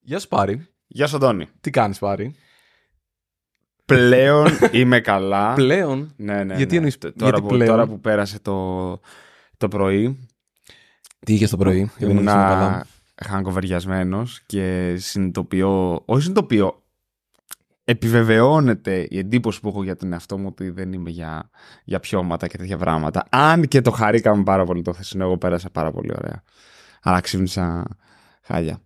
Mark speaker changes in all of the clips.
Speaker 1: Γεια σου Πάρη.
Speaker 2: Γεια σου, Αντώνη.
Speaker 1: Τι κάνεις Πάρη.
Speaker 2: Πλέον είμαι καλά.
Speaker 1: Πλέον.
Speaker 2: ναι, ναι,
Speaker 1: Γιατί
Speaker 2: ναι.
Speaker 1: εννοείς-
Speaker 2: Τώρα,
Speaker 1: γιατί
Speaker 2: που,
Speaker 1: πλέον?
Speaker 2: τώρα που πέρασε το, το πρωί,
Speaker 1: Τι είχες το πρωί. για να μην ήσουν καλά.
Speaker 2: ήμουνα χαγκοβεριασμένος και συνειδητοποιώ, όχι συνειδητοποιώ, επιβεβαιώνεται η εντύπωση που έχω για τον εαυτό μου ότι δεν είμαι για, για πιώματα και τέτοια πράγματα. Αν και το χαρήκαμε πάρα πολύ το χθεσινό, εγώ πέρασα πάρα πολύ ωραία. Αλλά ξύπνησα χάλια.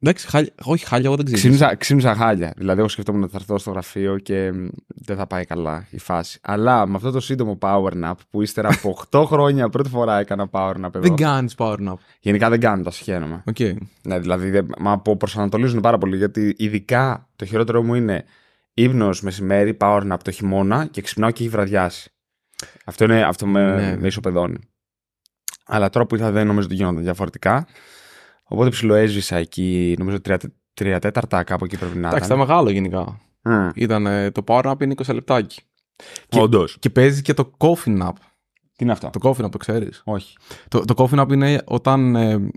Speaker 1: Εντάξει, χάλια, όχι χάλια, εγώ δεν ξέρω.
Speaker 2: Ξύμνησα, ξύμνησα χάλια. Δηλαδή, εγώ σκεφτόμουν ότι θα έρθω στο γραφείο και μ, δεν θα πάει καλά η φάση. Αλλά με αυτό το σύντομο power nap που ύστερα από 8 χρόνια πρώτη φορά έκανα power nap εδώ.
Speaker 1: Δεν κάνεις power nap.
Speaker 2: Γενικά δεν κάνω, τα συχαίνομαι.
Speaker 1: Οκ.
Speaker 2: Ναι, δηλαδή, δεν, μα αποπροσανατολίζουν πάρα πολύ. Γιατί ειδικά το χειρότερό μου είναι ύπνος μεσημέρι, power nap το χειμώνα και ξυπνάω και έχει βραδιάσει. Αυτό, είναι, αυτό με,
Speaker 1: Ναι.
Speaker 2: με ισοπεδώνει. Αλλά τώρα που ήρθα δεν νομίζω ότι γινόταν διαφορετικά. Οπότε ψιλοέζησα εκεί, νομίζω τρία, τρία τέταρτα κάπου εκεί πρέπει να
Speaker 1: Εντάξει,
Speaker 2: ήταν.
Speaker 1: ήταν μεγάλο γενικά. Ήταν ε, το power nap είναι 20 λεπτάκι. Και-
Speaker 2: Όντως.
Speaker 1: Και παίζει και το coffee nap.
Speaker 2: Τι είναι αυτό.
Speaker 1: Το coffee nap το ξέρεις.
Speaker 2: Όχι.
Speaker 1: Το, το coffee nap είναι όταν ε,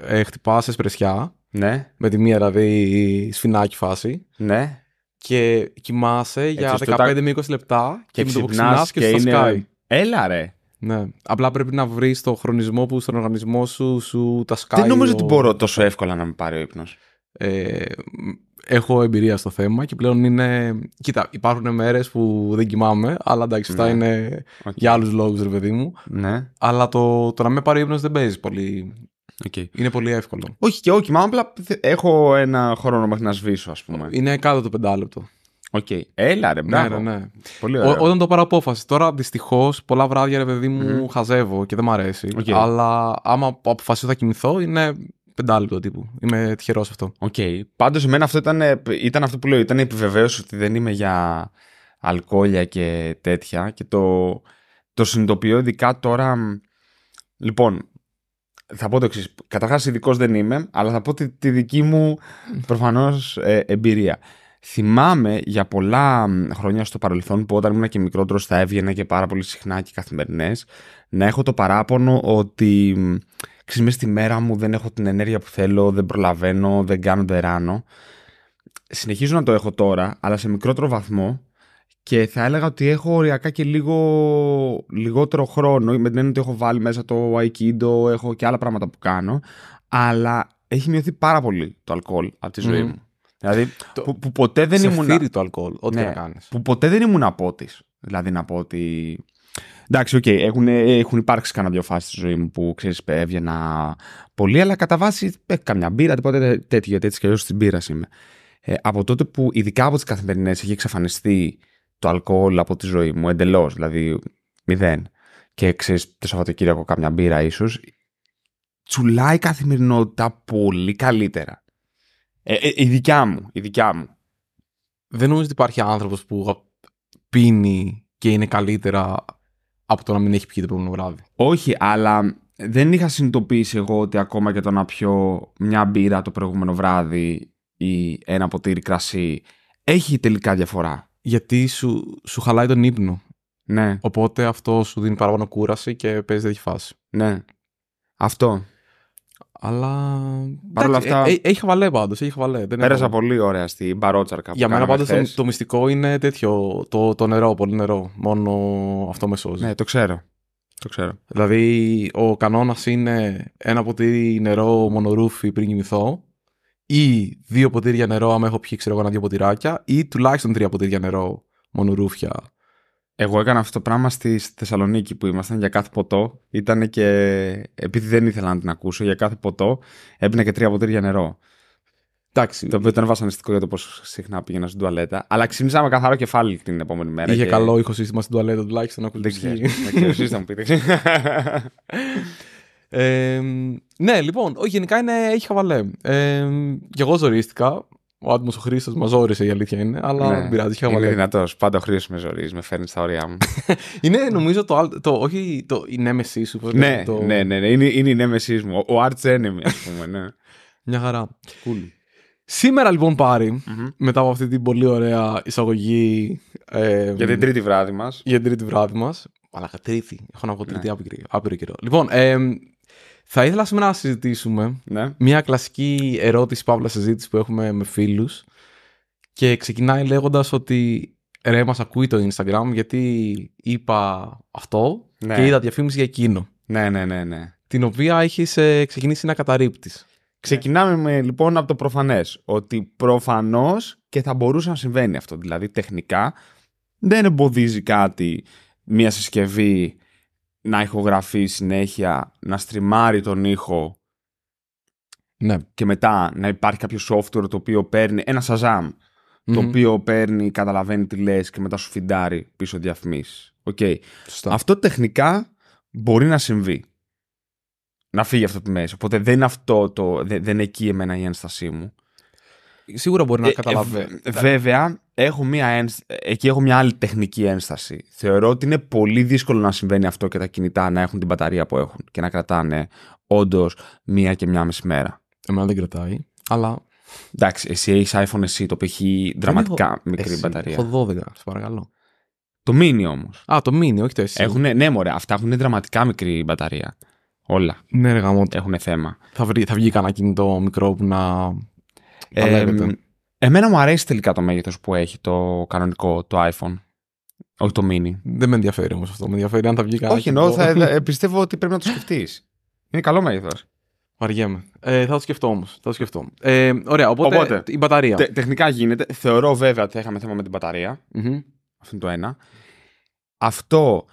Speaker 1: ε, χτυπάς εσπρεσιά
Speaker 2: Ναι,
Speaker 1: με τη μία δηλαδή σφινάκι φάση
Speaker 2: ναι.
Speaker 1: και κοιμάσαι για
Speaker 2: ώστε
Speaker 1: 15 με 20 λεπτά και, με το που
Speaker 2: ξυπνάς
Speaker 1: ξυπνάς και, σου τα σκάει.
Speaker 2: Έλα ρε.
Speaker 1: Ναι. Απλά πρέπει να βρεις το χρονισμό που στον οργανισμό σου σου τα σκάει.
Speaker 2: Δεν νομίζω
Speaker 1: ο-
Speaker 2: ότι μπορώ τόσο εύκολα να με πάρει ο ύπνος.
Speaker 1: Ε, μ, έχω εμπειρία στο θέμα και πλέον είναι. Κοίτα, υπάρχουν μέρες που δεν κοιμάμαι, αλλά εντάξει, αυτά
Speaker 2: Ναι.
Speaker 1: είναι για άλλους λόγους, ρε παιδί μου.
Speaker 2: Ναι.
Speaker 1: Αλλά το, το να με πάρει ύπνος δεν παίζει πολύ.
Speaker 2: Okay.
Speaker 1: Είναι πολύ εύκολο.
Speaker 2: Όχι και εγώ κοιμάμαι, απλά θε- έχω ένα χρόνο μέχρι να σβήσω, ας πούμε.
Speaker 1: Είναι κάτω το πεντάλεπτο.
Speaker 2: Οκ. Έλα ρε,
Speaker 1: Ε, Ναι,
Speaker 2: μπράβο.
Speaker 1: ναι, ναι.
Speaker 2: Πολύ
Speaker 1: Ο-
Speaker 2: ωραίο.
Speaker 1: όταν το πάρω απόφαση. Τώρα δυστυχώς πολλά βράδια, ρε παιδί μου,
Speaker 2: Μμμ.
Speaker 1: χαζεύω και δεν μ' αρέσει.
Speaker 2: Οκ.
Speaker 1: Αλλά άμα αποφασίσω θα κοιμηθώ, είναι πεντάλεπτο τύπου. Είμαι τυχερός αυτό.
Speaker 2: Οκ. Πάντως εμένα αυτό ήταν, ε, ήταν αυτό που λέω, ήταν η επιβεβαίωση ότι δεν είμαι για αλκοόλια και τέτοια και το, το συνειδητοποιώ ειδικά τώρα. μ, Λοιπόν, θα πω το εξής. Καταρχάς ειδικός δεν είμαι, αλλά θα πω τη, τη δική μου προφανώς ε, εμπειρία. Θυμάμαι για πολλά μ, χρόνια στο παρελθόν που όταν ήμουν και μικρότερος θα έβγαινα και πάρα πολύ συχνά και καθημερινές να έχω το παράπονο ότι μ, ξέρεις μες στη μέρα μου δεν έχω την ενέργεια που θέλω, δεν προλαβαίνω, δεν κάνω τεράνο. Συνεχίζω να το έχω τώρα, αλλά σε μικρότερο βαθμό και θα έλεγα ότι έχω οριακά και λίγο λιγότερο χρόνο με την έννοια ότι έχω βάλει μέσα το Aikido, έχω και άλλα πράγματα που κάνω αλλά έχει μειωθεί πάρα πολύ το αλκοόλ από τη ζωή
Speaker 1: Μμμ.
Speaker 2: μου. Δηλαδή
Speaker 1: Το-
Speaker 2: που, που ποτέ δεν
Speaker 1: σε
Speaker 2: ήμουν
Speaker 1: φύρει το αλκοόλ, ό,τι
Speaker 2: Ναι.
Speaker 1: και να κάνεις.
Speaker 2: που ποτέ δεν ήμουν απότης. Δηλαδή να πω ότι. Εντάξει, οκ, έχουν, έχουν υπάρξει κανένα δύο φάσεις στη ζωή μου που ξέρεις, έβγαινα πολύ, αλλά κατά βάση ε, καμιά μπύρα, τίποτα τέ- τέτοιο, γιατί έτσι κι αλλιώς στην μπύρα είμαι. Ε, από τότε που ειδικά από τις καθημερινές έχει εξαφανιστεί το αλκοόλ από τη ζωή μου εντελώς, δηλαδή μηδέν, και ξέρεις το Σαββατοκύριακο κάμια μπύρα ίσως, τσουλάει η καθημερινότητα πολύ καλύτερα. Ε, ε, η δικιά μου, η δικιά μου.
Speaker 1: Δεν νομίζω ότι υπάρχει άνθρωπος που πίνει και είναι καλύτερα από το να μην έχει πιει το επόμενο βράδυ.
Speaker 2: Όχι, αλλά δεν είχα συνειδητοποιήσει εγώ ότι ακόμα και το να πιω μια μπύρα το προηγούμενο βράδυ ή ένα ποτήρι κρασί έχει τελικά διαφορά.
Speaker 1: Γιατί σου, σου χαλάει τον ύπνο.
Speaker 2: Ναι,
Speaker 1: Οπότε αυτό σου δίνει παραπάνω κούραση και παίζει τέτοια φάση.
Speaker 2: ναι. Αυτό.
Speaker 1: Ναι, Αλλά.
Speaker 2: Παρ' όλα
Speaker 1: εντάξει,
Speaker 2: αυτά-
Speaker 1: ε, ε, έχει χαβαλέ πάντως. Έχει χαβαλέ. Δεν
Speaker 2: Πέρασα
Speaker 1: έχω-
Speaker 2: πολύ ωραία στην μπαρότσαρκα. που
Speaker 1: ναι. Για μένα
Speaker 2: κάναμε
Speaker 1: πάντως το,
Speaker 2: χθες.
Speaker 1: το μυστικό είναι τέτοιο. Το, το νερό, πολύ νερό. Μόνο αυτό με σώζει.
Speaker 2: Ναι, το ξέρω. Το ξέρω.
Speaker 1: Δηλαδή, ο κανόνας είναι ένα ποτήρι νερό μονορούφι πριν κοιμηθώ, ή δύο ποτήρια νερό, άμα έχω πιει, ξέρω εγώ, ένα-δύο ποτηράκια, ή τουλάχιστον τρία ποτήρια νερό μονορούφια.
Speaker 2: Εγώ έκανα αυτό το πράγμα στη στη Θεσσαλονίκη που ήμασταν για κάθε ποτό. Ήταν και. Επειδή δεν ήθελα να την ακούσω, για κάθε ποτό έπαιρνα και τρία ποτήρια νερό.
Speaker 1: Εντάξει,
Speaker 2: Το οποίο ήταν βασανιστικό για το πόσο συχνά πήγαινα στην τουαλέτα. Αλλά ξύμιζα με καθαρό κεφάλι την επόμενη μέρα.
Speaker 1: είχε
Speaker 2: και-
Speaker 1: καλό ήχο σύστημα στην τουαλέτα, τουλάχιστον να
Speaker 2: Δεν ξέρω.
Speaker 1: ακολουθεί.
Speaker 2: Δεν ξέρω. Εσείς θα μου πείτε.
Speaker 1: Ε, ναι, λοιπόν, όχι, γενικά είναι, έχει χαβαλέ. Ε, και εγώ ζορίστηκα. Ο άτομο ο Χρήστος μας ζόρισε, η αλήθεια είναι, αλλά
Speaker 2: Ναι.
Speaker 1: δεν πειράζει, έχει
Speaker 2: Είμαι
Speaker 1: χαβαλέ.
Speaker 2: δυνατός. Πάντα ο Χρήστος με ζωρίζει, με φέρνει στα ωριά μου.
Speaker 1: Είναι, νομίζω, το, άλλο- το, όχι το, η νέμεσή σου. πώς
Speaker 2: ναι,
Speaker 1: λέγεται, το,
Speaker 2: ναι, ναι, ναι. Είναι, είναι η νέμεσή μου. Ο arch enemy, ας πούμε. Ναι.
Speaker 1: Μια χαρά.
Speaker 2: Cool.
Speaker 1: Σήμερα λοιπόν πάρει, μετά από αυτή την πολύ ωραία εισαγωγή ε,
Speaker 2: Για την τρίτη βράδυ μας.
Speaker 1: για την τρίτη βράδυ μας. Αλλά τρίτη, έχω να πω τρίτη
Speaker 2: Ναι.
Speaker 1: άπειρο, άπειρο καιρό. Λοιπόν, ε, Θα ήθελα σήμερα να συζητήσουμε
Speaker 2: Ναι.
Speaker 1: μια κλασική ερώτηση παύλα συζήτηση που έχουμε με φίλους και ξεκινάει λέγοντας ότι ρε μας ακούει το Instagram γιατί είπα αυτό
Speaker 2: Ναι.
Speaker 1: και είδα διαφήμιση για εκείνο
Speaker 2: ναι, ναι, ναι, ναι.
Speaker 1: την οποία έχεις ε, ξεκινήσει να καταρρύπτεις.
Speaker 2: Ξεκινάμε με, λοιπόν από το προφανές. Ότι προφανώς και θα μπορούσε να συμβαίνει αυτό. Δηλαδή, τεχνικά δεν εμποδίζει κάτι μια συσκευή να ηχογραφεί συνέχεια, να στριμάρει τον ήχο
Speaker 1: Ναι.
Speaker 2: και μετά να υπάρχει κάποιο software το οποίο παίρνει ένα Shazam το οποίο παίρνει, καταλαβαίνει τι λες και μετά σου φιντάρει πίσω διαφημίσεις. Οκ.
Speaker 1: Σωστά.
Speaker 2: Αυτό τεχνικά μπορεί να συμβεί. Να φύγει αυτό από τη μέση. Οπότε δεν είναι αυτό το. Δεν, δεν είναι εκεί εμένα η ένστασή μου.
Speaker 1: Σίγουρα μπορεί να
Speaker 2: Ε,
Speaker 1: καταλάβει.
Speaker 2: ε, βέβαια, έχω μια ένσ- εκεί έχω μια άλλη τεχνική ένσταση. Θεωρώ ότι είναι πολύ δύσκολο να συμβαίνει αυτό και τα κινητά να έχουν την μπαταρία που έχουν και να κρατάνε όντως μία και μία μισή μέρα.
Speaker 1: Εμένα δεν κρατάει, αλλά
Speaker 2: Εντάξει, εσύ έχεις iPhone, εσύ το π.χ. δραματικά μικρή
Speaker 1: Εσύ,
Speaker 2: μπαταρία.
Speaker 1: έχω 12, σε παρακαλώ.
Speaker 2: Το mini όμως.
Speaker 1: Α, το μήνυ, όχι το εσύ.
Speaker 2: Έχουνε, ναι, μωρέ, αυτά έχουν δραματικά μικρή μπαταρία. Όλα
Speaker 1: Ναι, ρε γαμότο.
Speaker 2: έχουν θέμα.
Speaker 1: Θα, βρει, θα βγει κανένα κινητό μικρό που να. παλεύεται.
Speaker 2: Ε, εμένα μου αρέσει τελικά το μέγεθος που έχει το κανονικό το iPhone. Όχι το mini.
Speaker 1: Δεν με ενδιαφέρει όμως αυτό. Με ενδιαφέρει αν θα βγει κανένα.
Speaker 2: Όχι, εννοώ,
Speaker 1: κινητό.
Speaker 2: θα, ε, πιστεύω ότι πρέπει να το σκεφτείς. Είναι καλό μέγεθος.
Speaker 1: Βαριέμαι. Ε, θα το σκεφτώ όμως. Θα το σκεφτώ. Ε, ωραία, οπότε,
Speaker 2: Οπότε,
Speaker 1: η μπαταρία.
Speaker 2: τεχνικά γίνεται. Θεωρώ βέβαια ότι θα είχαμε θέμα με την μπαταρία.
Speaker 1: Μμμ.
Speaker 2: Αυτό είναι το ένα. Αυτό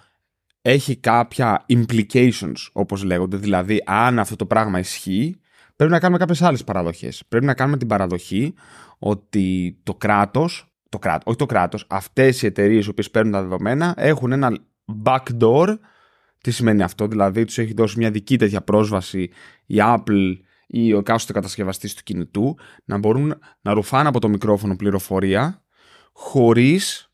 Speaker 2: έχει κάποια implications, όπως λέγονται. Δηλαδή, αν αυτό το πράγμα ισχύει, πρέπει να κάνουμε κάποιες άλλες παραδοχές. Πρέπει να κάνουμε την παραδοχή ότι το κράτος, το κράτος όχι το κράτος, αυτές οι εταιρείες οι οποίες παίρνουν τα δεδομένα έχουν ένα backdoor. Τι σημαίνει αυτό, δηλαδή τους έχει δώσει μια δική τέτοια πρόσβαση η Apple ή ο εκάστοτε κατασκευαστής του κινητού να μπορούν να ρουφάνε από το μικρόφωνο πληροφορία χωρίς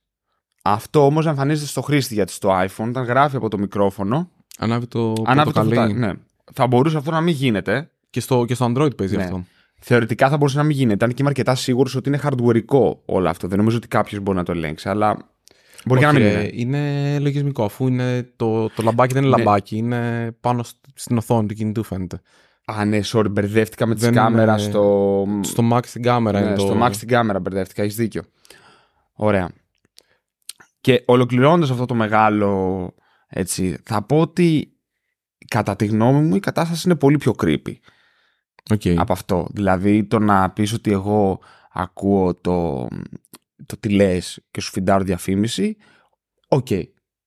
Speaker 2: αυτό όμως να εμφανίζεται στο χρήστη γιατί στο iPhone, όταν γράφει από το μικρόφωνο,
Speaker 1: Ανάβει το
Speaker 2: ανάβει το
Speaker 1: πορτοκαλί.
Speaker 2: φωτά- Ναι. Θα μπορούσε αυτό να μην γίνεται.
Speaker 1: και, στο, και στο Android παίζει
Speaker 2: Ναι.
Speaker 1: αυτό.
Speaker 2: Θεωρητικά θα μπορούσε να μην γίνεται. Αν και είμαι αρκετά σίγουρος ότι είναι hardwareικό όλο αυτό. Δεν νομίζω ότι κάποιος μπορεί να το ελέγξει, αλλά μπορεί και να μην
Speaker 1: Όχι,
Speaker 2: είναι.
Speaker 1: ρε, είναι λογισμικό, αφού είναι το, το λαμπάκι δεν είναι
Speaker 2: Ναι.
Speaker 1: λαμπάκι, είναι πάνω σ- στην οθόνη του κινητού φαίνεται.
Speaker 2: Α, ναι, sorry, μπερδεύτηκα με τη
Speaker 1: Δεν
Speaker 2: κάμερα
Speaker 1: είναι-
Speaker 2: στο.
Speaker 1: Στο Max στην κάμερα είναι
Speaker 2: Ναι,
Speaker 1: το.
Speaker 2: στο Max την κάμερα μπερδεύτηκα, έχεις δίκιο. Ωραία. Και ολοκληρώνοντας αυτό το μεγάλο. Έτσι, θα πω ότι κατά τη γνώμη μου η κατάσταση είναι πολύ πιο creepy.
Speaker 1: Οκ.
Speaker 2: από αυτό. Δηλαδή το να πεις ότι εγώ ακούω το, το τι λες και σου φιντάρω διαφήμιση, οκ,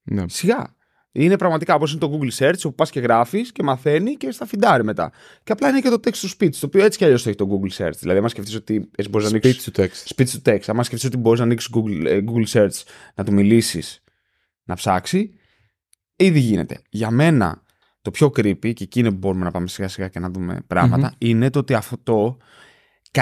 Speaker 1: Ναι.
Speaker 2: σιγά. Είναι πραγματικά όπως είναι το Google Search όπου πας και γράφεις και μαθαίνει και στα φιντάρει μετά. Και απλά είναι και το text to speech, το οποίο έτσι κι αλλιώς το έχει το Google Search. Δηλαδή άμα σκεφτείς ότι εσύ μπορείς να ανοίξεις
Speaker 1: Speech to text.
Speaker 2: speech to text, άμα σκεφτείς ότι μπορείς να ανοίξεις Google, ε, Google Search, να του μιλήσεις, να ψάξει, ήδη γίνεται. Για μένα το πιο creepy και εκείνο που μπορούμε να πάμε σιγά σιγά και να δούμε πράγματα, είναι το ότι αυτό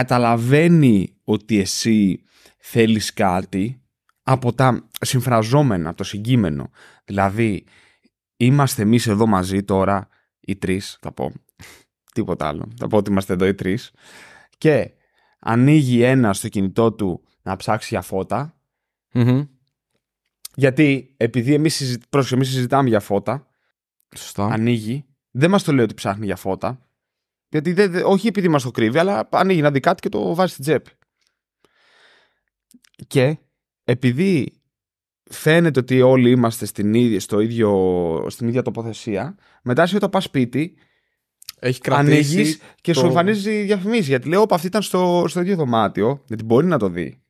Speaker 2: καταλαβαίνει ότι εσύ θέλεις κάτι από τα συμφραζόμενα, από το συγκείμενο. Δηλαδή, είμαστε εμείς εδώ μαζί τώρα, οι τρεις, θα πω, τίποτα άλλο. Θα πω ότι είμαστε εδώ οι τρεις και ανοίγει ένα στο κινητό του να ψάξει για φώτα,
Speaker 1: Μμμ.
Speaker 2: γιατί επειδή εμείς, συζη... πρόσεξε, εμείς συζητάμε για φώτα,
Speaker 1: Σωστά.
Speaker 2: ανοίγει. Δεν μας το λέει ότι ψάχνει για φώτα. Γιατί δεν, δεν- όχι επειδή μας το κρύβει, αλλά ανοίγει ένα δικάτι και το βάζει στην τσέπη. Και επειδή φαίνεται ότι όλοι είμαστε στην ίδια, στο ίδιο, στην ίδια τοποθεσία, μετά εσύ όταν πας σπίτι,
Speaker 1: Έχει
Speaker 2: ανοίγει
Speaker 1: κρατήσει.
Speaker 2: και
Speaker 1: το-
Speaker 2: σου εμφανίζει διαφημίσεις. Γιατί λέω, Όπα, αυτή ήταν στο, στο ίδιο δωμάτιο, γιατί μπορεί να το δει.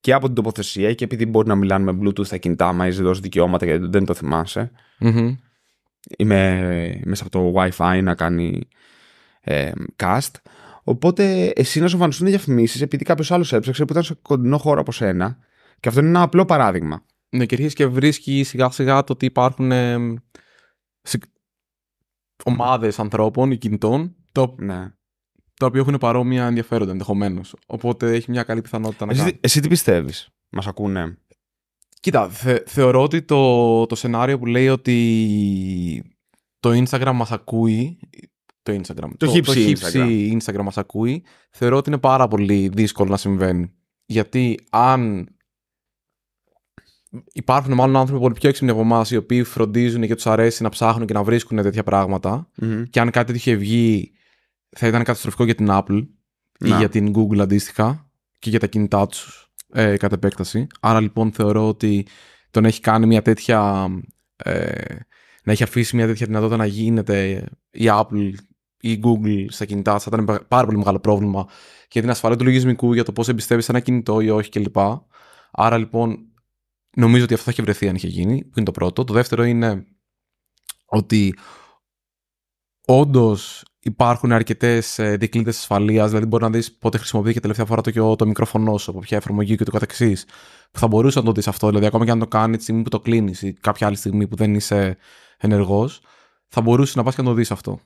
Speaker 2: Και από την τοποθεσία και επειδή μπορεί να μιλάνε με Bluetooth στα κινητά μα ή δεν δώσει δικαιώματα γιατί δεν το θυμάσαι
Speaker 1: Μμμ.
Speaker 2: είμαι μέσα από το Wi-Fi να κάνει ε, cast. Οπότε εσύ να σου εμφανιστούν διαφημίσεις επειδή κάποιος άλλος έψαξε που ήταν σε κοντινό χώρο από σένα. Και αυτό είναι ένα απλό παράδειγμα.
Speaker 1: Ναι, και αρχίζεις και βρίσκει σιγά σιγά το ότι υπάρχουν ε, ομάδες ανθρώπων ή κινητών το,
Speaker 2: Ναι.
Speaker 1: τα οποία έχουν παρόμοια ενδιαφέροντα ενδεχομένως. Οπότε έχει μια καλή πιθανότητα να
Speaker 2: Εσύ,
Speaker 1: κάνει.
Speaker 2: τι- εσύ τι πιστεύεις, Μας ακούνε.
Speaker 1: Κοίτα, θε- θεωρώ ότι το, το σενάριο που λέει ότι το Instagram μας ακούει, το Instagram,
Speaker 2: Το
Speaker 1: το,
Speaker 2: χύψη
Speaker 1: χύψη Instagram μας ακούει, θεωρώ ότι είναι πάρα πολύ δύσκολο να συμβαίνει. Γιατί αν υπάρχουν μάλλον άνθρωποι πολύ πιο έξυπνοι από εμάς οι οποίοι φροντίζουν και τους αρέσει να ψάχνουν και να βρίσκουν τέτοια πράγματα.
Speaker 2: Μμμ.
Speaker 1: Και αν κάτι τέτοιο είχε βγει, θα ήταν καταστροφικό για την Apple ή
Speaker 2: Να.
Speaker 1: για την Google αντίστοιχα και για τα κινητά τους ε, κατ' επέκταση. Άρα λοιπόν θεωρώ ότι τον έχει κάνει μια τέτοια. Ε, να έχει αφήσει μια τέτοια δυνατότητα να γίνεται η Apple ή η Google στα κινητά της. θα ήταν πα- πάρα πολύ μεγάλο πρόβλημα για την ασφάλεια του λογισμικού, για το πώς εμπιστεύει ένα κινητό ή όχι κλπ. Άρα λοιπόν νομίζω ότι αυτό θα είχε βρεθεί αν είχε γίνει, που είναι το πρώτο. Το δεύτερο είναι ότι όντως υπάρχουν αρκετές δικλείδες ασφαλείας, δηλαδή μπορεί να δεις πότε χρησιμοποιήθηκε τελευταία φορά το, το, το μικρόφωνο σου, από ποια εφαρμογή και το καθεξής. Που θα μπορούσες να το δεις αυτό, δηλαδή ακόμα και αν το κάνει τη στιγμή που το κλείνεις ή κάποια άλλη στιγμή που δεν είσαι ενεργός, θα μπορούσες να πας και να το δεις αυτό.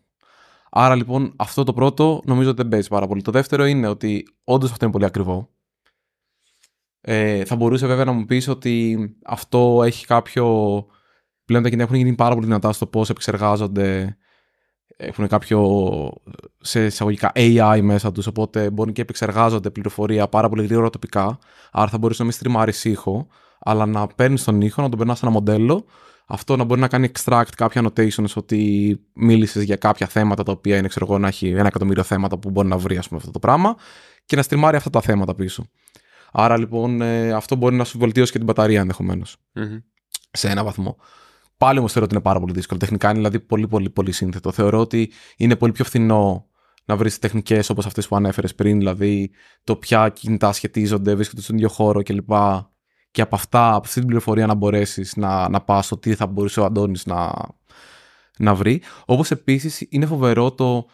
Speaker 1: Άρα λοιπόν αυτό το πρώτο νομίζω ότι δεν παίζει πάρα πολύ. Το δεύτερο είναι ότι όντως αυτό είναι πολύ ακριβό. Ε, θα μπορούσε βέβαια να μου πεις ότι αυτό έχει κάποιο. Πλέον τα κινητά έχουν γίνει πάρα πολύ δυνατά στο πώς επεξεργάζονται. Έχουν κάποιο σε εισαγωγικά AI μέσα τους, οπότε μπορούν και επεξεργάζονται πληροφορία πάρα πολύ γρήγορα τοπικά. Άρα θα μπορούσε να μην στριμάρεις ήχο, αλλά να παίρνεις τον ήχο, να τον περνάς σε ένα μοντέλο. Αυτό να μπορεί να κάνει extract κάποια annotations ότι μίλησες για κάποια θέματα τα οποία είναι, ξέρω εγώ, να έχει ένα εκατομμύριο θέματα που μπορεί να βρει, ας πούμε, αυτό το πράγμα και να στριμάρει αυτά τα θέματα πίσω. Άρα λοιπόν ε, αυτό μπορεί να σου βελτίωσει και την μπαταρία ενδεχομένως.
Speaker 2: Μμμ.
Speaker 1: Σε ένα βαθμό. Πάλι όμως θεωρώ ότι είναι πάρα πολύ δύσκολο. Τεχνικά είναι δηλαδή πολύ, πολύ, πολύ σύνθετο. Θεωρώ ότι είναι πολύ πιο φθηνό να βρεις τεχνικές όπως αυτές που ανέφερες πριν, δηλαδή το ποια κινητά σχετίζονται, βρίσκονται στον ίδιο χώρο κλπ. Και από αυτά, από αυτή την πληροφορία να μπορέσεις να, να πας στο τι θα μπορούσε ο Αντώνης να, να βρει. Όπως επίσης είναι φοβερό το,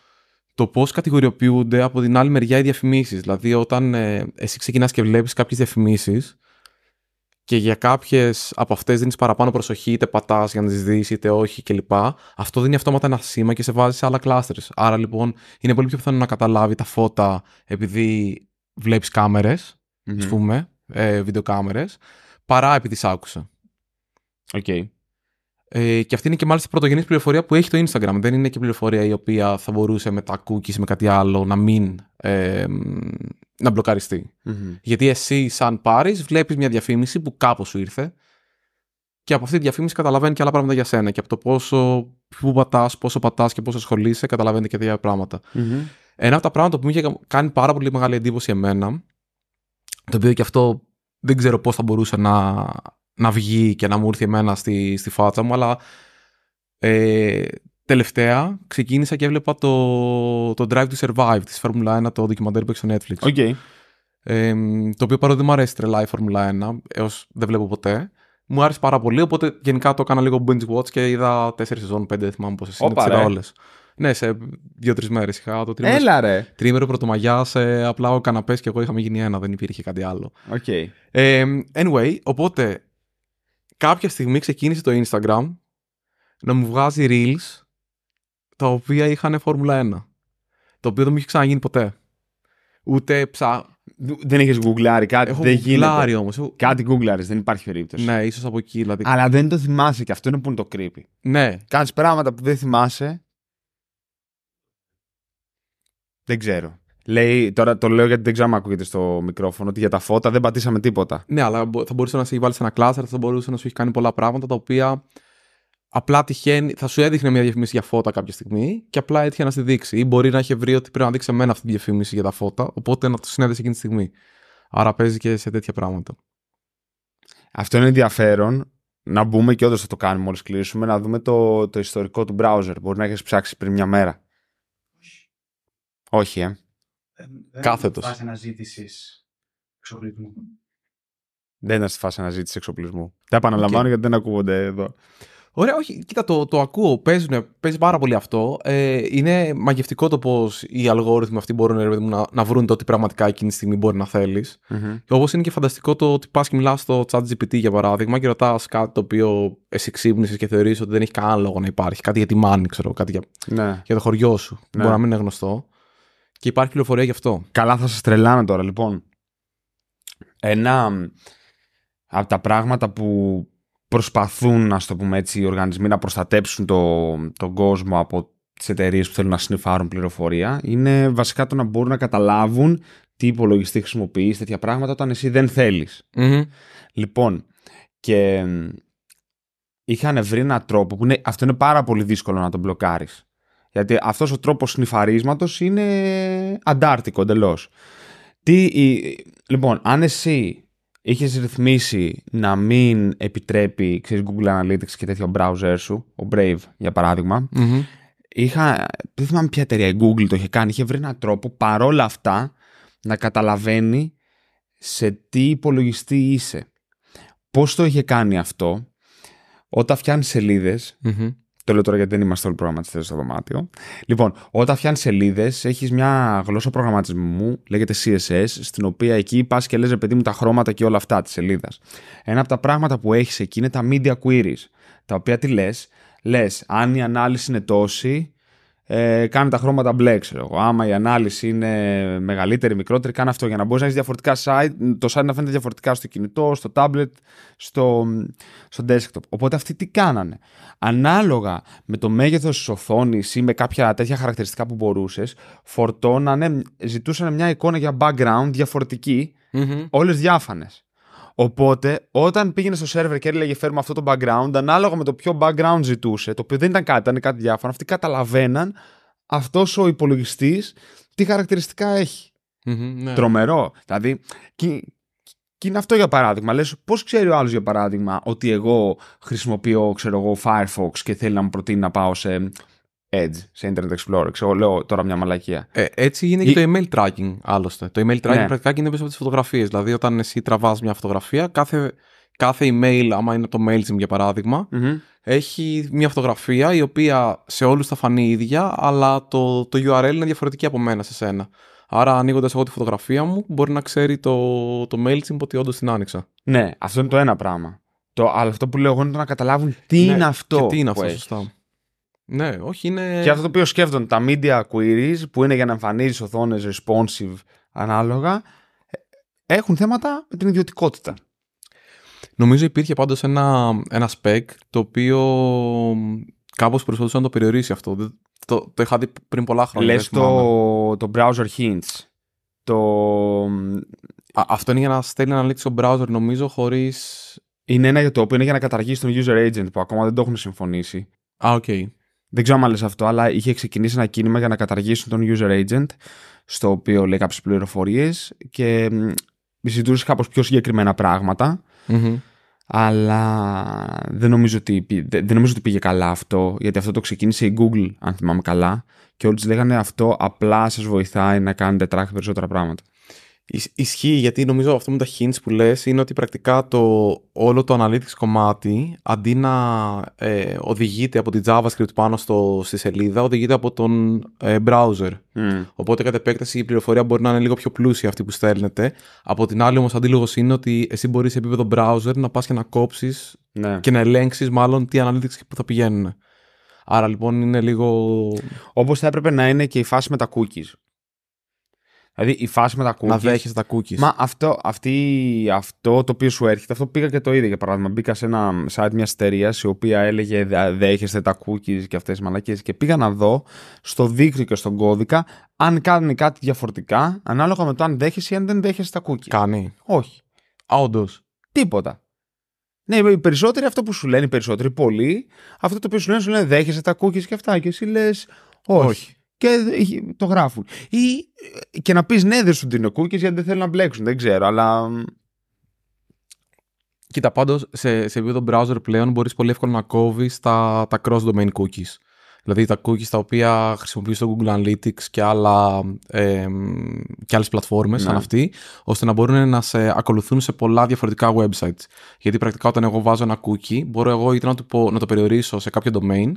Speaker 1: το πώς κατηγοριοποιούνται από την άλλη μεριά οι διαφημίσεις. Δηλαδή, όταν ε, εσύ ξεκινάς και βλέπεις κάποιες διαφημίσεις, και για κάποιες από αυτές δίνεις παραπάνω προσοχή, είτε πατάς για να τις δεις, είτε όχι κλπ. Αυτό δίνει αυτόματα ένα σήμα και σε βάζει σε άλλα clusters. Άρα λοιπόν είναι πολύ πιο πιθανό να καταλάβει τα φώτα επειδή βλέπεις κάμερες, ας
Speaker 2: Μμμ.
Speaker 1: πούμε, ε, βιντεοκάμερες, παρά επειδή σ' άκουσα.
Speaker 2: Οκ.
Speaker 1: Ε, και αυτή είναι και μάλιστα πρωτογενής πληροφορία που έχει το Instagram. Δεν είναι και πληροφορία η οποία θα μπορούσε με τα cookies, με κάτι άλλο, να μην. Ε, να μπλοκαριστεί.
Speaker 2: Μμμ.
Speaker 1: Γιατί εσύ, σαν πάρει, βλέπεις μια διαφήμιση που κάπως σου ήρθε και από αυτή τη διαφήμιση καταλαβαίνει και άλλα πράγματα για σένα. Και από το πόσο, πού πατάς, πόσο πατάς και πόσο ασχολείσαι, καταλαβαίνει και τέτοια πράγματα.
Speaker 2: Μμμ.
Speaker 1: Ένα από τα πράγματα που μου είχε κάνει πάρα πολύ μεγάλη εντύπωση εμένα, το οποίο και αυτό δεν ξέρω πώς θα μπορούσε να, να βγει και να μου ήρθε εμένα στη, στη φάτσα μου, αλλά ε, τελευταία ξεκίνησα και έβλεπα το, το Drive to Survive της Formula 1, το ντοκιμαντέρ που έχει στο Netflix.
Speaker 2: Οκ.
Speaker 1: Ε, το οποίο παρότι δεν μου αρέσει τρελά η Φόρμουλα 1, έως δεν βλέπω ποτέ. Μου άρεσε πάρα πολύ, οπότε γενικά το έκανα λίγο binge watch και είδα 4 σεζόν, 5 δεν θυμάμαι πόσες είναι,
Speaker 2: Όπα,
Speaker 1: τις είδα
Speaker 2: ρε.
Speaker 1: όλες. Ναι, σε 2-3 μέρες είχα το τρίμερο,
Speaker 2: Έλα ρε.
Speaker 1: τρίμερο πρωτομαγιά, σε απλά ο καναπές και εγώ είχαμε γίνει ένα, δεν υπήρχε κάτι άλλο.
Speaker 2: Οκ.
Speaker 1: Ε, anyway, οπότε κάποια στιγμή ξεκίνησε το Instagram να μου βγάζει reels τα οποία είχαν Φόρμουλα 1, το οποίο δεν μου είχε ξαναγίνει ποτέ. Ούτε ψά...
Speaker 2: Δεν έχει γκουγκλάρει κάτι.
Speaker 1: Έχω
Speaker 2: δεν γίνεται.
Speaker 1: γουγκλάρει όμως,
Speaker 2: Κάτι γκουγκλάρει. Δεν υπάρχει περίπτωση.
Speaker 1: Ναι, ίσως από εκεί δηλαδή.
Speaker 2: Αλλά δεν το θυμάσαι και αυτό είναι που είναι το creepy.
Speaker 1: Ναι,
Speaker 2: Κάνεις πράγματα που δεν θυμάσαι. Δεν ξέρω. Λέει, τώρα το λέω γιατί δεν ξέρω αν ακούγεται στο μικρόφωνο, ότι για τα φώτα δεν πατήσαμε τίποτα.
Speaker 1: ναι, αλλά μπο- θα μπορούσε να σε έχει βάλεις σε ένα κλάστερ, θα μπορούσε να σου έχει κάνει πολλά πράγματα τα οποία απλά τυχαίνει, θα σου έδειχνε μια διαφήμιση για φώτα κάποια στιγμή και απλά έτυχε να στη δείξει. Ή μπορεί να είχε βρει ότι πρέπει να δείξει εμένα αυτή τη διαφήμιση για τα φώτα, οπότε να το συνέδεσε εκείνη τη στιγμή. Άρα παίζει και σε τέτοια πράγματα.
Speaker 2: Αυτό είναι ενδιαφέρον. Να μπούμε και όντως θα το κάνουμε μόλις κλείσουμε, να δούμε το, το ιστορικό του browser. Μπορεί να έχεις ψάξει πριν μια μέρα. Όχι, ε.
Speaker 1: Κάθετος.
Speaker 3: Φάση αναζήτησης εξοπλισμού.
Speaker 2: Δεν ήταν στη φάση αναζήτησης εξοπλισμού. Τα επαναλαμβάνω
Speaker 1: Οκ.
Speaker 2: γιατί δεν ακούγονται εδώ.
Speaker 1: Ωραία, όχι, κοίτα, το, το ακούω. Παίζουνε, παίζει πάρα πολύ αυτό. Ε, είναι μαγευτικό το πώς οι αλγόριθμοι αυτοί μπορούν ρε παιδί μου, να, να βρουν το ότι πραγματικά εκείνη τη στιγμή μπορεί να θέλεις. Όπως είναι και φανταστικό το ότι πας και μιλάς στο chat GPT για παράδειγμα και ρωτάς κάτι το οποίο εσύ ξύπνησες και θεωρείς ότι δεν έχει κανένα λόγο να υπάρχει. Κάτι για τη μάνη, ξέρω, κάτι για,
Speaker 2: Ναι.
Speaker 1: για το χωριό σου. που
Speaker 2: Ναι.
Speaker 1: Μπορεί να μην είναι γνωστό. Και υπάρχει πληροφορία γι' αυτό.
Speaker 2: Καλά, θα σας τρελάνω τώρα, λοιπόν. Ένα από τα πράγματα που προσπαθούν, ας το πούμε έτσι, οι οργανισμοί να προστατέψουν το, τον κόσμο από τις εταιρείες που θέλουν να συνειφάρουν πληροφορία είναι βασικά το να μπορούν να καταλάβουν τι υπολογιστή χρησιμοποιείς, τέτοια πράγματα όταν εσύ δεν θέλεις. Λοιπόν, Και μ, είχαν βρει έναν τρόπο που είναι, αυτό είναι πάρα πολύ δύσκολο να τον μπλοκάρεις. Γιατί αυτός ο τρόπος σνιφαρίσματος είναι αντάρτικο εντελώς. Τι, η- λοιπόν, αν εσύ είχες ρυθμίσει να μην επιτρέπει ξέρεις, Google Analytics και τέτοιο browser σου, ο Brave για παράδειγμα,
Speaker 1: Μμμ.
Speaker 2: είχα, δεν θυμάμαι ποια εταιρεία, η Google το είχε κάνει, είχε βρει έναν τρόπο παρόλα αυτά να καταλαβαίνει σε τι υπολογιστή είσαι. Πώς το είχε κάνει αυτό, όταν φτιάχνεις σελίδες,
Speaker 1: Μμμ.
Speaker 2: το λέω τώρα γιατί δεν είμαστε όλοι προγραμματιστές στο δωμάτιο. Λοιπόν, όταν φτιάχνεις σελίδες, έχεις μια γλώσσα προγραμματισμού, λέγεται CSS, στην οποία εκεί πας και λες, παιδί μου, τα χρώματα και όλα αυτά της σελίδας. Ένα από τα πράγματα που έχεις εκεί είναι τα media queries, τα οποία τι λες, λες, αν η ανάλυση είναι τόση, ε, κάνε τα χρώματα μπλε, ξέρω εγώ. Άμα η ανάλυση είναι μεγαλύτερη, μικρότερη, κάνε αυτό για να μπορείς να έχεις διαφορετικά site, το site να φαίνεται διαφορετικά στο κινητό, στο tablet, στο, στο desktop. Οπότε αυτοί τι κάνανε. Ανάλογα με το μέγεθος της οθόνης ή με κάποια τέτοια χαρακτηριστικά που μπορούσες, φορτώνανε, ζητούσαν μια εικόνα για background διαφορετική,
Speaker 1: Μμμ.
Speaker 2: όλες διάφανες. Οπότε, όταν πήγαινε στο σερβερ και έλεγε φέρουμε αυτό το background, ανάλογα με το ποιο background ζητούσε, το οποίο δεν ήταν κάτι, ήταν κάτι διάφορο, αυτοί καταλαβαίναν αυτός ο υπολογιστής τι χαρακτηριστικά έχει.
Speaker 1: Μμμ. Ναι.
Speaker 2: Τρομερό. Δηλαδή, και, και είναι αυτό για παράδειγμα. Λες, πώς ξέρει ο άλλος για παράδειγμα ότι εγώ χρησιμοποιώ, ξέρω εγώ, Firefox και θέλει να μου προτείνει να πάω σε Edge, σε Internet Explorer. Ξέρω, λέω τώρα μια μαλακία.
Speaker 1: Ε, έτσι είναι
Speaker 2: Η-
Speaker 1: και το email tracking, άλλωστε. Το email tracking
Speaker 2: Ναι.
Speaker 1: πρακτικά γίνεται μέσα από τις φωτογραφίες. Δηλαδή, όταν εσύ τραβάς μια φωτογραφία, κάθε, κάθε email, άμα είναι από το MailChimp για παράδειγμα, έχει μια φωτογραφία η οποία σε όλους θα φανεί η ίδια, αλλά το, το URL είναι διαφορετική από μένα σε σένα. Άρα, ανοίγοντας εγώ τη φωτογραφία μου, μπορεί να ξέρει το, το MailChimp ότι όντως την άνοιξα.
Speaker 2: Ναι, αυτό είναι το ένα πράγμα. Το, αλλά αυτό που λέω εγώ είναι το να καταλάβουν τι
Speaker 1: Ναι,
Speaker 2: είναι αυτό.
Speaker 1: Και τι είναι
Speaker 2: που
Speaker 1: αυτό,
Speaker 2: έχεις.
Speaker 1: σωστά. Ναι, όχι, είναι.
Speaker 2: Και αυτό το οποίο σκέφτονται τα media queries που είναι για να εμφανίζεις οθόνες responsive ανάλογα, ε, έχουν θέματα με την ιδιωτικότητα.
Speaker 1: Ναι, Νομίζω υπήρχε πάντως ένα, ένα spec το οποίο κάπως προσπαθούσε να το περιορίσει αυτό. Δεν- Το, το είχα δει πριν πολλά χρόνια.
Speaker 2: Λες
Speaker 1: δεν θυμάμαι.
Speaker 2: το, το browser hints. Το...
Speaker 1: Α, αυτό είναι για να στέλνει ένα link στο browser, νομίζω, χωρίς.
Speaker 2: Είναι ένα για το οποίο είναι για να καταργήσει τον user agent που ακόμα δεν το έχουν συμφωνήσει.
Speaker 1: Α, οκ.
Speaker 2: Δεν ξέρω αν λες αυτό, αλλά είχε ξεκινήσει ένα κίνημα για να καταργήσουν τον user agent, στο οποίο λέει κάποιες πληροφορίες και μ, συζητούσες κάπως πιο συγκεκριμένα πράγματα.
Speaker 1: Μμμ.
Speaker 2: Αλλά δεν νομίζω, ότι, πη- δε- δεν νομίζω ότι πήγε καλά αυτό, γιατί αυτό το ξεκίνησε η Google, αν θυμάμαι καλά. Και όλοι τη λέγανε αυτό απλά σας βοηθάει να κάνετε τράχ περισσότερα πράγματα.
Speaker 1: Ισ- Ισχύει γιατί νομίζω αυτό με τα hints που λες είναι ότι πρακτικά το όλο το analytics κομμάτι αντί να ε, οδηγείται από την JavaScript πάνω στο, στη σελίδα οδηγείται από τον ε, browser. Οπότε κατ' επέκταση η πληροφορία μπορεί να είναι λίγο πιο πλούσια αυτή που στέλνετε. Από την άλλη όμως αντίλογος είναι ότι εσύ μπορείς σε επίπεδο browser να πας και να κόψεις
Speaker 2: Ναι.
Speaker 1: και να ελέγξεις μάλλον τι analytics που θα πηγαίνουν. Άρα λοιπόν είναι λίγο
Speaker 2: Όπως θα έπρεπε να είναι και η φάση με τα cookies. Δηλαδή η φάση με τα cookies.
Speaker 1: να δέχεσαι τα cookies.
Speaker 2: Μα αυτό, αυτή, αυτό το οποίο σου έρχεται, αυτό πήγα και το είδα για παράδειγμα. Μπήκα σε ένα site μιας εταιρείας η οποία έλεγε «Δε- δέχεστε τα cookies και αυτές τις μαλακίες. Και πήγα να δω στο δίκτυο και στον κώδικα αν κάνει κάτι διαφορετικά ανάλογα με το αν δέχεσαι ή αν δεν δέχεσαι τα cookies.
Speaker 1: Κάνει.
Speaker 2: Όχι.
Speaker 1: Α, όντως.
Speaker 2: Τίποτα. Ναι, οι περισσότεροι αυτό που σου λένε, οι περισσότεροι πολλοί, αυτό το οποίο σου λένε, σου λένε δέχεσαι τα cookies και αυτά. Και εσύ λες, όχι και ε, το γράφουν. Ή και να πεις ναι, δεν σου δίνω cookies γιατί δεν θέλουν να μπλέξουν. Δεν ξέρω, αλλά.
Speaker 1: Κοίτα, πάντως σε, σε επίπεδο browser πλέον μπορείς πολύ εύκολα να κόβεις τα, τα cross-domain cookies. Δηλαδή τα cookies τα οποία χρησιμοποιείς στο Google Analytics και, άλλα, ε, και άλλες πλατφόρμες
Speaker 2: Ναι.
Speaker 1: σαν αυτή, ώστε να μπορούν να σε ακολουθούν σε πολλά διαφορετικά websites. Γιατί πρακτικά όταν εγώ βάζω ένα cookie, μπορώ εγώ είτε να, του πω, να το περιορίσω σε κάποιο domain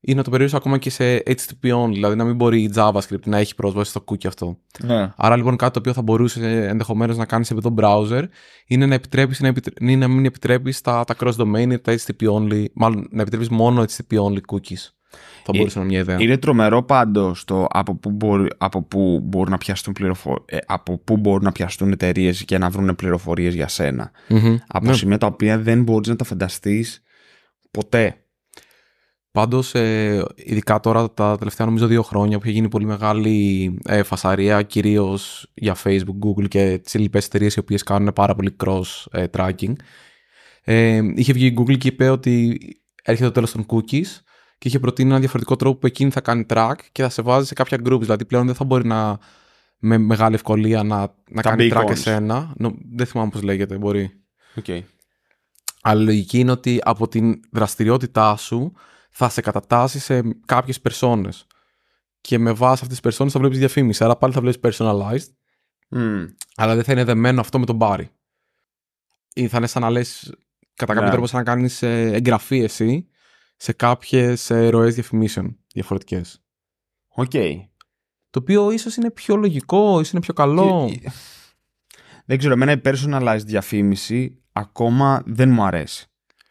Speaker 1: ή να το περιορίσω ακόμα και σε HTTP only, δηλαδή να μην μπορεί η JavaScript να έχει πρόσβαση στο cookie αυτό.
Speaker 2: Ναι.
Speaker 1: Άρα λοιπόν κάτι το οποίο θα μπορούσε ενδεχομένως να κάνεις σε επίπεδο browser είναι να επιτρέπεις να, επιτρέ... ή να μην επιτρέπεις τα, τα cross domain ή τα HTTP only, μάλλον να επιτρέπεις μόνο HTTP only cookies. Θα
Speaker 2: Ε,
Speaker 1: μπορούσε να είναι μια ιδέα.
Speaker 2: Είναι τρομερό πάντως το από πού, μπορεί, από πού μπορούν να πιαστούν πληροφο... ε, από πού μπορούν να πιαστούν εταιρείες και να βρουν πληροφορίες για σένα.
Speaker 1: Μμμ.
Speaker 2: Από
Speaker 1: ναι.
Speaker 2: σημεία τα οποία δεν μπορείς να τα φανταστείς ποτέ.
Speaker 1: Πάντως, ε, ειδικά τώρα τα τελευταία νομίζω δύο χρόνια που έχει γίνει πολύ μεγάλη ε, φασαρία κυρίως για Facebook, Google και τις λοιπές εταιρείες οι οποίες κάνουν πάρα πολύ cross ε, tracking. Ε, είχε βγει η Google και είπε ότι έρχεται το τέλος των cookies και είχε προτείνει ένα διαφορετικό τρόπο που εκείνη θα κάνει track και θα σε βάζει σε κάποια groups. Δηλαδή πλέον δεν θα μπορεί να με μεγάλη ευκολία να, να
Speaker 2: Τα
Speaker 1: κάνει
Speaker 2: beacons.
Speaker 1: track εσένα. Νο- δεν θυμάμαι πώς λέγεται, μπορεί.
Speaker 2: Okay.
Speaker 1: Αλλά η λογική είναι ότι από την δραστηριότητά σου θα σε κατατάσσει σε κάποιες περσόνες. Και με βάση αυτές τις περσόνες θα βλέπεις διαφήμιση. Άρα πάλι θα βλέπεις personalized,
Speaker 2: Μμ.
Speaker 1: αλλά δεν θα είναι δεμένο αυτό με τον πάρη. Ή θα είναι σαν να λες κατά κάποιο
Speaker 2: Ναι.
Speaker 1: τρόπο σαν να κάνεις ε, εγγραφή εσύ σε κάποιες ε, ροές διαφημίσεων διαφορετικές.
Speaker 2: Οκ.
Speaker 1: Το οποίο ίσως είναι πιο λογικό, ίσως είναι πιο καλό.
Speaker 2: Και- ε, Δεν ξέρω, εμένα η personalized διαφήμιση ακόμα δεν μου αρέσει.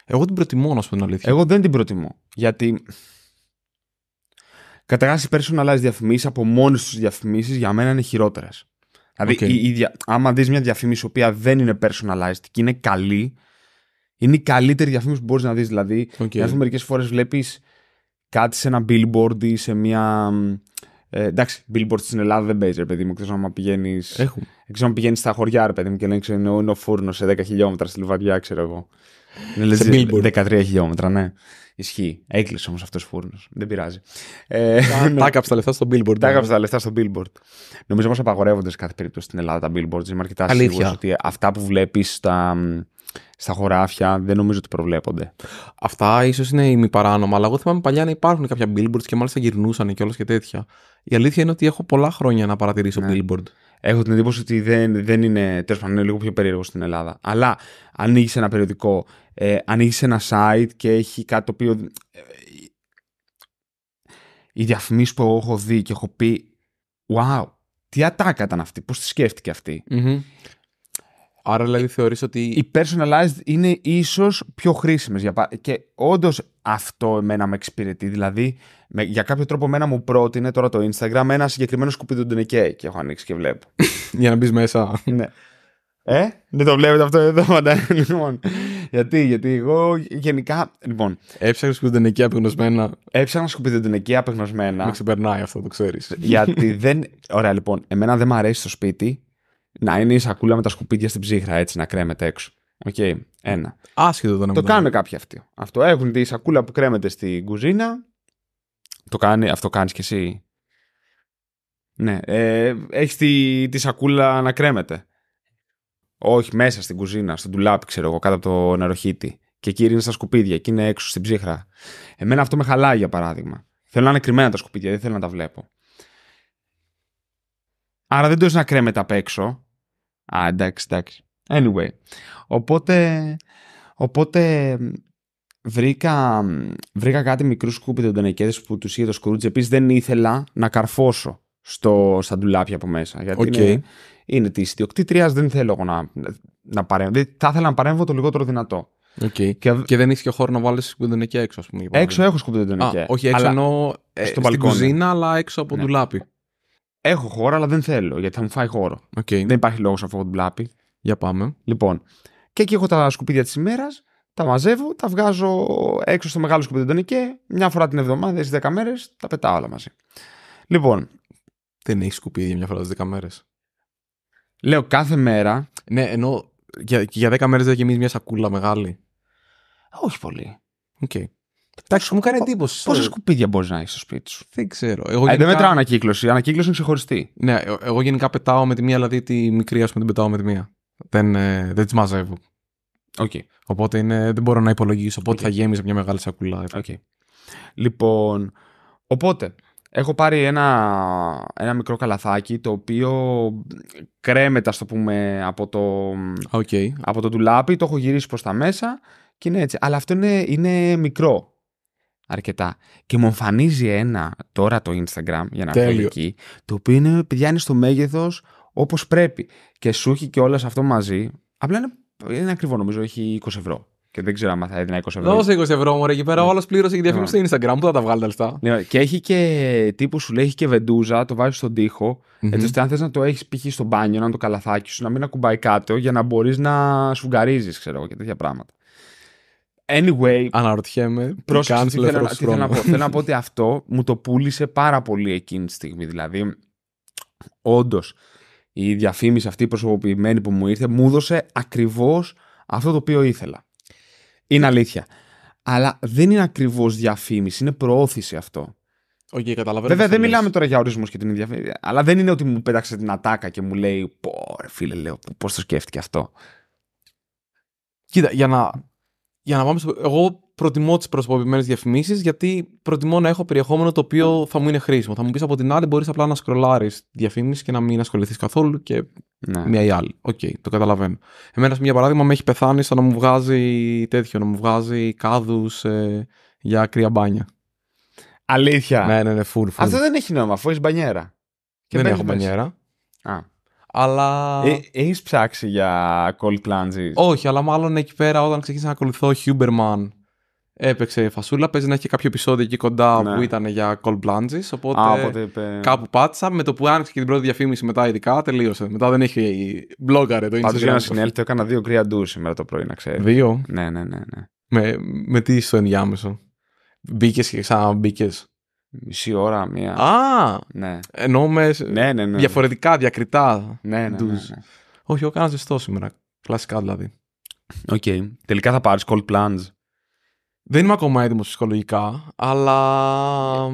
Speaker 1: Εγώ την προτιμώ να σου πω την αλήθεια.
Speaker 2: Εγώ δεν την προτιμώ. Γιατί. Καταρχάς, οι personalized διαφημίσεις από μόνες τους διαφημίσεις για μένα είναι χειρότερες. Δηλαδή,
Speaker 1: Οκ.
Speaker 2: η- η δια- άμα δεις μια διαφήμιση η οποία δεν είναι personalized και είναι καλή, είναι η καλύτερη διαφήμιση που μπορείς να δεις. Δηλαδή,
Speaker 1: Οκ.
Speaker 2: Okay. μερικές φορές βλέπεις κάτι σε ένα billboard ή σε μια. Ε, εντάξει, billboard στην Ελλάδα δεν παίζει, ρε παιδί μου, εκτός άμα πηγαίνεις.
Speaker 1: Έχουμε.
Speaker 2: Ξέρω αν πηγαίνεις στα χωριά, ρε παιδί μου, και λένε ξέρω, είναι ο φούρνος σε 10 χιλιόμετρα στη Λιβαδιά, ξέρω εγώ. Είναι λες,
Speaker 1: Σε billboard.
Speaker 2: 13 χιλιόμετρα, ναι. Ισχύει. Έκλεισε όμως αυτός ο φούρνος. Δεν πειράζει. Ε, ναι.
Speaker 1: Τα έκαψε τα λεφτά στο billboard.
Speaker 2: Τα έγραψα τα λεφτά στο billboard. Νομίζω όμως απαγορεύονται σε κάθε περίπτωση στην Ελλάδα τα billboards. Είμαι αρκετά
Speaker 1: Αλήθεια.
Speaker 2: σίγουρος ότι αυτά που βλέπεις στα, στα χωράφια δεν νομίζω ότι προβλέπονται.
Speaker 1: Αυτά ίσως είναι ημιπαράνομα, αλλά εγώ θυμάμαι παλιά να υπάρχουν κάποια billboards και μάλιστα γυρνούσαν και όλα και τέτοια. Η αλήθεια είναι ότι έχω πολλά χρόνια να παρατηρήσω
Speaker 2: Ναι.
Speaker 1: billboard.
Speaker 2: Έχω την εντύπωση ότι δεν, δεν είναι. Τέλος πάντων, είναι λίγο πιο περίεργο στην Ελλάδα. Αλλά ανοίγεις ένα περιοδικό, ε, ανοίγεις ένα site και έχει κάτι το οποίο. ε, οι διαφημίσεις που εγώ έχω δει και έχω πει. Wow, τι ατάκα ήταν αυτή, πώς τη σκέφτηκε αυτή.
Speaker 1: Άρα δηλαδή θεωρείς ότι.
Speaker 2: Οι personalized είναι ίσως πιο χρήσιμες. Για... πα- Και όντως αυτό εμένα με εξυπηρετεί. Δηλαδή, με- για κάποιο τρόπο, εμένα μου πρότεινε τώρα το Instagram ένα συγκεκριμένο σκουπί του Ντενικέ και έχω ανοίξει και βλέπω.
Speaker 1: Για να μπεις μέσα.
Speaker 2: Ναι. Ε, δεν το βλέπετε αυτό εδώ, μαντά. Λοιπόν, γιατί, γιατί εγώ γενικά. Λοιπόν,
Speaker 1: Έψαχνε που ήταν εκεί απεγνωσμένα.
Speaker 2: έψαχνα σκουπίδι την εκεί
Speaker 1: Με
Speaker 2: απεγνωσμένα.
Speaker 1: ξεπερνάει αυτό, το ξέρεις.
Speaker 2: γιατί δεν. Ωραία, λοιπόν, εμένα δεν μου αρέσει στο σπίτι να είναι η σακούλα με τα σκουπίδια στην ψύχρα έτσι να κρέμεται έξω. Οκ, ένα.
Speaker 1: Άσχετο το να
Speaker 2: Το
Speaker 1: μην
Speaker 2: κάνουν κάποιοι αυτοί. Αυτό έχουν τη σακούλα που κρέμεται στην κουζίνα. Το κάνει, αυτό κάνεις κι εσύ. Ναι. Ε, έχεις τη, τη σακούλα να κρέμεται. Όχι, μέσα στην κουζίνα, στον ντουλάπ, ξέρω εγώ, κάτω από το νεροχύτη. Και εκεί είναι στα σκουπίδια, εκεί είναι έξω στην ψύχρα. Εμένα αυτό με χαλάει, για παράδειγμα. Θέλω να είναι κρυμμένα τα σκουπίδια, δεν θέλω να τα βλέπω. Άρα δεν το έχεις να κρέμεται απ' έξω. Α, εντάξει, εντάξει. Anyway. Οπότε, οπότε μ, βρήκα, μ, βρήκα κάτι μικρούς σκουπιδοντονεκέδες που τους είχε το σκουρούτζ. Επίσης δεν ήθελα να καρφώσω στο, στα ντουλάπια από μέσα. Γιατί
Speaker 1: Οκ.
Speaker 2: είναι, είναι της ιδιοκτήτριας, δεν θέλω εγώ να, να παρέμβω. Δηλαδή, Θα ήθελα να παρέμβω το λιγότερο δυνατό.
Speaker 1: Οκ.
Speaker 2: Και
Speaker 1: Και δεν είσαι και χώρο να βάλεις που ήταν εκεί έξω, ας πούμε. για παράδειγμα.
Speaker 2: έξω έχω σκουπιδοντονεκέ.
Speaker 1: Α, όχι έξω
Speaker 2: αλλά
Speaker 1: εννοώ ε,
Speaker 2: στο
Speaker 1: στην
Speaker 2: μπαλκόνι.
Speaker 1: κουζίνα, αλλά έξω από
Speaker 2: Ναι.
Speaker 1: τον ντουλάπι.
Speaker 2: Έχω χώρο, αλλά δεν θέλω γιατί θα μου φάει χώρο.
Speaker 1: Οκ.
Speaker 2: Δεν υπάρχει λόγος να φάω την πλάπη.
Speaker 1: Για πάμε.
Speaker 2: Λοιπόν, και εκεί έχω τα σκουπίδια της ημέρας, τα μαζεύω, τα βγάζω έξω στο μεγάλο σκουπιδεντονικέ, μια φορά την εβδομάδα, στι 10 μέρες, τα πετάω όλα μαζί. Λοιπόν,
Speaker 1: Δεν έχεις σκουπίδια μια φορά τι 10 μέρες.
Speaker 2: λέω κάθε μέρα.
Speaker 1: Ναι, ενώ για, για 10 μέρες δεν γεμίζεις μια σακούλα μεγάλη.
Speaker 2: Όχι πολύ.
Speaker 1: Οκ. Εντάξει, μου κάνει εντύπωση.
Speaker 2: Πόσα
Speaker 1: Ε,
Speaker 2: σκουπίδια μπορείς να έχεις στο σπίτι σου.
Speaker 1: Δεν ξέρω. Εγώ,
Speaker 2: Ε,
Speaker 1: γενικά,
Speaker 2: Δεν μετράω ανακύκλωση. Ανακύκλωση είναι ξεχωριστή.
Speaker 1: ναι, ε- εγώ γενικά πετάω με τη μία, δηλαδή τη μικρή, ας πούμε, την πετάω με τη μία. Δεν, ε, δεν τις μαζεύω.
Speaker 2: Οκ.
Speaker 1: Οπότε είναι, δεν μπορώ να υπολογίσω πότε
Speaker 2: Οκ.
Speaker 1: θα γέμιζε μια μεγάλη σακούλα.
Speaker 2: Οκ. Λοιπόν, οπότε, έχω πάρει ένα, ένα μικρό καλαθάκι το οποίο κρέμεται, ας το πούμε, από το,
Speaker 1: Οκ.
Speaker 2: από το ντουλάπι, το έχω γυρίσει προς τα μέσα και είναι έτσι. Αλλά αυτό είναι, είναι μικρό αρκετά. Και μου εμφανίζει ένα τώρα το Instagram, για να
Speaker 1: Τέλειο.
Speaker 2: βγω εκεί, το οποίο είναι, παιδιά, είναι στο μέγεθος όπως πρέπει. Και σου έχει και όλα αυτό μαζί. Απλά είναι, είναι ακριβό, νομίζω, έχει 20 ευρώ. Και δεν ξέρω αν θα έδινα 20 ευρώ.
Speaker 1: Δώσε 20 ευρώ μου, εκεί πέρα.
Speaker 2: Ναι.
Speaker 1: Όλο πλήρωσε και διαφήμιση στο Instagram. Πού θα τα βγάλει τα λεφτά.
Speaker 2: Ναι, και έχει και τύπου σου λέει, έχει και βεντούζα, το βάζεις στον τοίχο. Έτσι ώστε αν θες να το έχεις π.χ. στο μπάνιο, να είναι το καλαθάκι σου, να μην ακουμπάει κάτω για να μπορείς να σφουγγαρίζεις, ξέρω εγώ και τέτοια πράγματα. Anyway,
Speaker 1: Αναρωτιέμαι. Τι
Speaker 2: πρόσεξε
Speaker 1: κάνεις
Speaker 2: τι θέλω,
Speaker 1: ελεύθερο
Speaker 2: να- τι θέλω να πω. θέλω να πω ότι αυτό μου το πούλησε πάρα πολύ εκείνη τη στιγμή. Δηλαδή, όντως, η διαφήμιση αυτή η προσωποποιημένη που μου ήρθε μου έδωσε ακριβώς αυτό το οποίο ήθελα. Είναι αλήθεια. Αλλά δεν είναι ακριβώς διαφήμιση, είναι προώθηση αυτό.
Speaker 1: Οκ, καταλαβαίνω.
Speaker 2: Βέβαια
Speaker 1: τι
Speaker 2: δεν
Speaker 1: λες.
Speaker 2: μιλάμε τώρα για ορισμού και την ίδια. Αλλά δεν είναι ότι μου πέταξε την ατάκα και μου λέει Πω, ρε φίλε, λέω, πώς το σκέφτηκε αυτό.
Speaker 1: Κοίτα, για να, για να πάμε στο... Εγώ προτιμώ τις προσωποποιημένες διαφημίσεις γιατί προτιμώ να έχω περιεχόμενο το οποίο θα μου είναι χρήσιμο. Θα μου πεις από την άλλη, μπορείς απλά να σκρολάρεις διαφήμιση και να μην ασχοληθείς καθόλου και
Speaker 2: Ναι.
Speaker 1: μία ή άλλη. Οκ, το καταλαβαίνω. Εμένα, για παράδειγμα, με έχει πεθάνει στο να μου βγάζει τέτοιο, να μου βγάζει κάδους για ακρία μπάνια.
Speaker 2: Αλήθεια.
Speaker 1: Ναι, ναι, ναι, full, full.
Speaker 2: Αυτό δεν έχει νόημα, αφού έχεις μπανιέρα. Και
Speaker 1: δεν
Speaker 2: μπαίνεις
Speaker 1: έχω
Speaker 2: μέσα.
Speaker 1: μπανιέρα.
Speaker 2: Α.
Speaker 1: Αλλά.
Speaker 2: Ε, έχεις ψάξει για cold plunges.
Speaker 1: Όχι, αλλά μάλλον εκεί πέρα όταν ξεκίνησα να ακολουθώ Huberman έπαιξε φασούλα. Παίζει να έχει και κάποιο επεισόδιο εκεί κοντά
Speaker 2: Ναι.
Speaker 1: που ήταν για Cold Plunges. Οπότε,
Speaker 2: Α, οπότε είπε-
Speaker 1: κάπου πάτησα. Με το που άνοιξε και την πρώτη διαφήμιση μετά ειδικά τελείωσε. Μετά δεν έχει μπλόγκαρε το Instagram.
Speaker 2: Πάντως για να συνέλθει, έκανα δύο κρύα ντους σήμερα το πρωί, να ξέρεις.
Speaker 1: Δύο.
Speaker 2: Ναι, ναι, ναι, ναι.
Speaker 1: Με, με τι στο ενδιάμεσο. Μπήκες και ξαναμπήκε.
Speaker 2: Μισή ώρα, μία.
Speaker 1: Α!
Speaker 2: Ναι.
Speaker 1: Ενώ με σ-
Speaker 2: Ναι, ναι, ναι.
Speaker 1: διαφορετικά, διακριτά.
Speaker 2: Ναι, ναι, ναι, ναι.
Speaker 1: ντους. Όχι, εγώ κάνα ζεστός σήμερα. Κλασικά δηλαδή.
Speaker 2: ναι. Οκ. Τελικά θα πάρεις cold plunge.
Speaker 1: Δεν είμαι ακόμα έτοιμος ψυχολογικά, αλλά.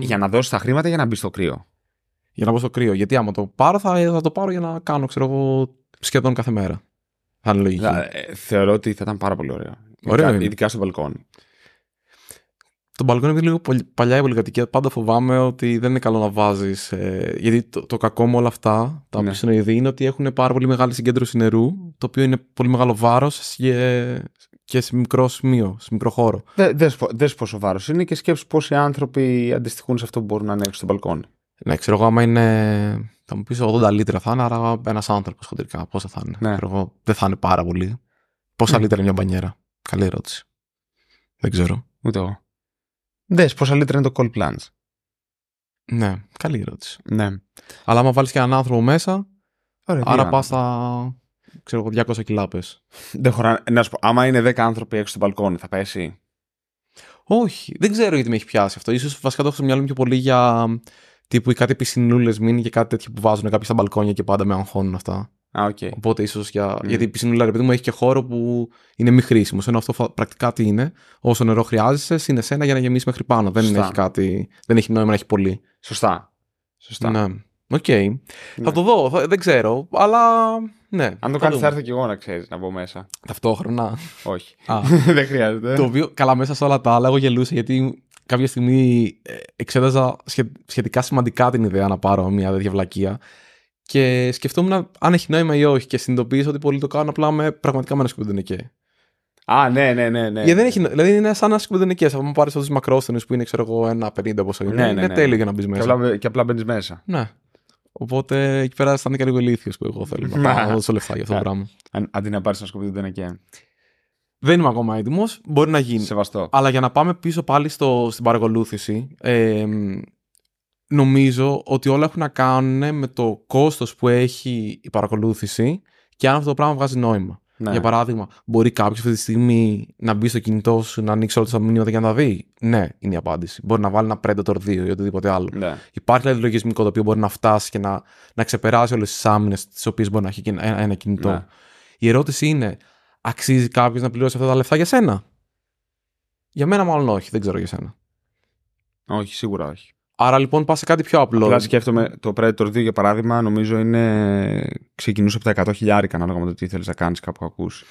Speaker 2: Ε, Για να δώσεις τα χρήματα για να μπεις στο κρύο.
Speaker 1: Για να μπω στο κρύο. Γιατί άμα το πάρω, θα, θα το πάρω για να κάνω, ξέρω εγώ, σχεδόν κάθε μέρα. Θα είναι λογική.
Speaker 2: Δηλαδή, ε, θεωρώ ότι θα ήταν πάρα πολύ ωραίο.
Speaker 1: Ωραίο
Speaker 2: Ειδικά,
Speaker 1: είναι.
Speaker 2: ειδικά στο μπαλκόνι.
Speaker 1: Το μπαλκόνι είναι λίγο πολυ- παλιά η πολυκατοικία. Πάντα φοβάμαι ότι δεν είναι καλό να βάζεις. γιατί το, το κακό με όλα αυτά, τα
Speaker 2: Ναι.
Speaker 1: πισινοειδή, είναι ότι έχουν πάρα πολύ μεγάλη συγκέντρωση νερού, το οποίο είναι πολύ μεγάλο βάρος και, και σε μικρό σημείο, σε μικρό χώρο.
Speaker 2: Δε- Δες, πο- δες πόσο βάρος είναι και σκέψου πόσοι άνθρωποι αντιστοιχούν σε αυτό που μπορούν να ανέβουν στο μπαλκόνι.
Speaker 1: Ναι, ξέρω εγώ, άμα είναι. Θα μου πεις 80 λίτρα θα είναι, άρα ένας άνθρωπος χοντρικά. Πόσα θα είναι.
Speaker 2: Ναι.
Speaker 1: Ξέρω εγώ, δεν θα είναι πάρα πολύ. Πόσα
Speaker 2: Ναι.
Speaker 1: λίτρα είναι μια μπανιέρα. Καλή ερώτηση. Δεν ξέρω.
Speaker 2: Ούτε εγώ. Δες πόσα λίτρα είναι το cold plunge.
Speaker 1: Ναι, καλή ερώτηση.
Speaker 2: Ναι.
Speaker 1: Αλλά άμα βάλεις και έναν άνθρωπο μέσα,
Speaker 2: Ωραία, δύο
Speaker 1: άρα
Speaker 2: άτομα.
Speaker 1: πα στα. ξέρω εγώ, 200 κιλά πες.
Speaker 2: Δεν χωρά... ε, Να σου πω, άμα είναι 10 άνθρωποι έξω στο μπαλκόνι, θα πέσει.
Speaker 1: Όχι, δεν ξέρω γιατί με έχει πιάσει αυτό. Ίσως βασικά το έχω στο μυαλό μου πιο πολύ για τύπου οι κάτι πισινούλες μήνυ και κάτι τέτοιο που βάζουν κάποιοι στα μπαλκόνια και πάντα με αγχώνουν αυτά.
Speaker 2: Α, οκ.
Speaker 1: Οπότε ίσως για.
Speaker 2: Μμμ.
Speaker 1: Γιατί η πισινούλα, ρε παιδί μου, έχει και χώρο που είναι μη χρήσιμο. Ενώ αυτό φα- πρακτικά τι είναι. Όσο νερό χρειάζεσαι, είναι σένα για να γεμίσεις μέχρι πάνω. Δεν
Speaker 2: Σωστά.
Speaker 1: έχει κάτι. Δεν έχει νόημα να έχει πολύ.
Speaker 2: Σωστά. Σωστά.
Speaker 1: Ναι. Οκ. Θα το δω. θα- δεν ξέρω. Αλλά. Ναι.
Speaker 2: Αν
Speaker 1: θα
Speaker 2: το κάνει, θα
Speaker 1: δούμε.
Speaker 2: έρθω κι εγώ να ξέρεις να μπω μέσα.
Speaker 1: Ταυτόχρονα.
Speaker 2: Όχι.
Speaker 1: Α.
Speaker 2: Δεν χρειάζεται.
Speaker 1: το οποίο. Καλά, μέσα σε όλα τα άλλα, εγώ γελούσα γιατί κάποια στιγμή ε, εξέταζα σχε- σχετικά σημαντικά την ιδέα να πάρω μια τέτοια βλακεία. Και σκεφτόμουν αν έχει νόημα ή όχι. Και συνειδητοποίησα ότι πολλοί το κάνουν απλά με πραγματικά με ένα σκουμπεντενικέ.
Speaker 2: Α, ναι, ναι, ναι. ναι.
Speaker 1: Γιατί δεν έχει, νο- δηλαδή είναι σαν να σκουμπεντενικέ. Αν πάρεις αυτούς τους μακρόστονε που είναι, ξέρω εγώ, ένα 50 πόσο είναι,
Speaker 2: Ναι, ναι,
Speaker 1: είναι
Speaker 2: ναι.
Speaker 1: τέλειο για να μπεις
Speaker 2: Και
Speaker 1: μέσα.
Speaker 2: απλά, και απλά μπαίνεις μέσα.
Speaker 1: Ναι. Οπότε εκεί πέρα αισθάνεται και λίγο ηλίθιος που εγώ θέλω να πάω να δώσω λεφτά για αυτό το
Speaker 2: Ναι.
Speaker 1: πράγμα.
Speaker 2: Αν, αντί να πάρεις ένα σκουπίδι, δεν είναι
Speaker 1: Δεν είμαι ακόμα έτοιμος. Μπορεί να
Speaker 2: και.
Speaker 1: γίνει.
Speaker 2: Σεβαστό.
Speaker 1: Αλλά για να πάμε πίσω πάλι στο, στην παρακολούθηση, ε, μ, νομίζω ότι όλα έχουν να κάνουν με το κόστος που έχει η παρακολούθηση και αν αυτό το πράγμα βγάζει νόημα.
Speaker 2: Ναι.
Speaker 1: Για παράδειγμα, μπορεί κάποιος αυτή τη στιγμή να μπει στο κινητό σου, να ανοίξει όλα τα μηνύματα και να τα δει. Ναι, είναι η απάντηση. Μπορεί να βάλει ένα Predator 2 ή οτιδήποτε άλλο.
Speaker 2: Ναι.
Speaker 1: Υπάρχει δηλαδή λογισμικό το οποίο μπορεί να φτάσει και να, να ξεπεράσει όλες τις άμυνες τις οποίες μπορεί να έχει και ένα, ένα κινητό.
Speaker 2: Ναι.
Speaker 1: Η ερώτηση είναι, αξίζει κάποιος να πληρώσει αυτά τα λεφτά για σένα. Για μένα μάλλον όχι, δεν ξέρω για σένα.
Speaker 2: Όχι, σίγουρα όχι.
Speaker 1: Άρα λοιπόν πας σε κάτι πιο απλό.
Speaker 2: Απλά σκέφτομαι το Predator 2 για παράδειγμα, νομίζω είναι. ξεκινούσε από τα 100 χιλιάρικα ανάλογα με το τι θέλεις να κάνεις κάπου ακούσει.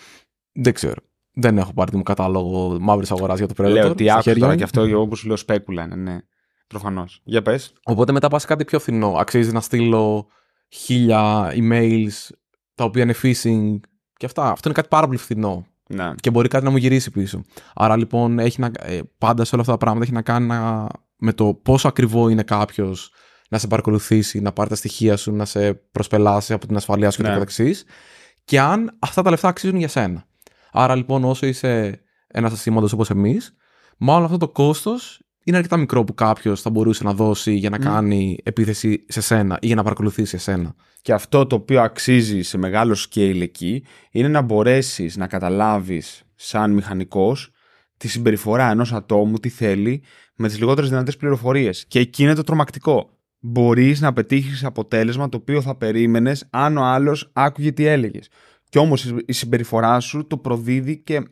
Speaker 1: Δεν ξέρω. Δεν έχω πάρει μου κατάλογο μαύρης αγοράς για το Predator.
Speaker 2: Λέω ότι
Speaker 1: στα
Speaker 2: άκουσα
Speaker 1: χέρια
Speaker 2: τώρα
Speaker 1: μου.
Speaker 2: και αυτό, εγώ που σου λέω σπέκουλα είναι, ναι. Προφανώς. Για πες.
Speaker 1: Οπότε μετά πας σε κάτι πιο φθηνό. Αξίζει να στείλω χίλια emails τα οποία είναι phishing και αυτά. Αυτό είναι κάτι πάρα πολύ φθηνό.
Speaker 2: Ναι.
Speaker 1: και μπορεί κάτι να μου γυρίσει πίσω. Άρα λοιπόν έχει να, ε, πάντα σε όλα αυτά τα πράγματα έχει να κάνει να- με το πόσο ακριβό είναι κάποιος να σε παρακολουθήσει, να πάρει τα στοιχεία σου, να σε προσπελάσει από την ασφαλεία σου
Speaker 2: Ναι.
Speaker 1: και καθεξής. Και αν αυτά τα λεφτά αξίζουν για σένα. Άρα λοιπόν όσο είσαι ένας ασήμαντο όπως εμείς, μάλλον αυτό το κόστος είναι αρκετά μικρό που κάποιος θα μπορούσε να δώσει για να
Speaker 2: Μμ. κάνει
Speaker 1: κάνει επίθεση σε σένα ή για να παρακολουθήσει εσένα.
Speaker 2: Και αυτό το οποίο αξίζει σε μεγάλο scale εκεί είναι να μπορέσεις να καταλάβεις σαν μηχανικός τη συμπεριφορά ενός ατόμου, τι θέλει, με τις λιγότερες δυνατές πληροφορίες. Και εκεί είναι το τρομακτικό. Μπορείς να πετύχεις αποτέλεσμα το οποίο θα περίμενες αν ο άλλος άκουγε τι έλεγες. Κι όμως η συμπεριφορά σου το προδίδει και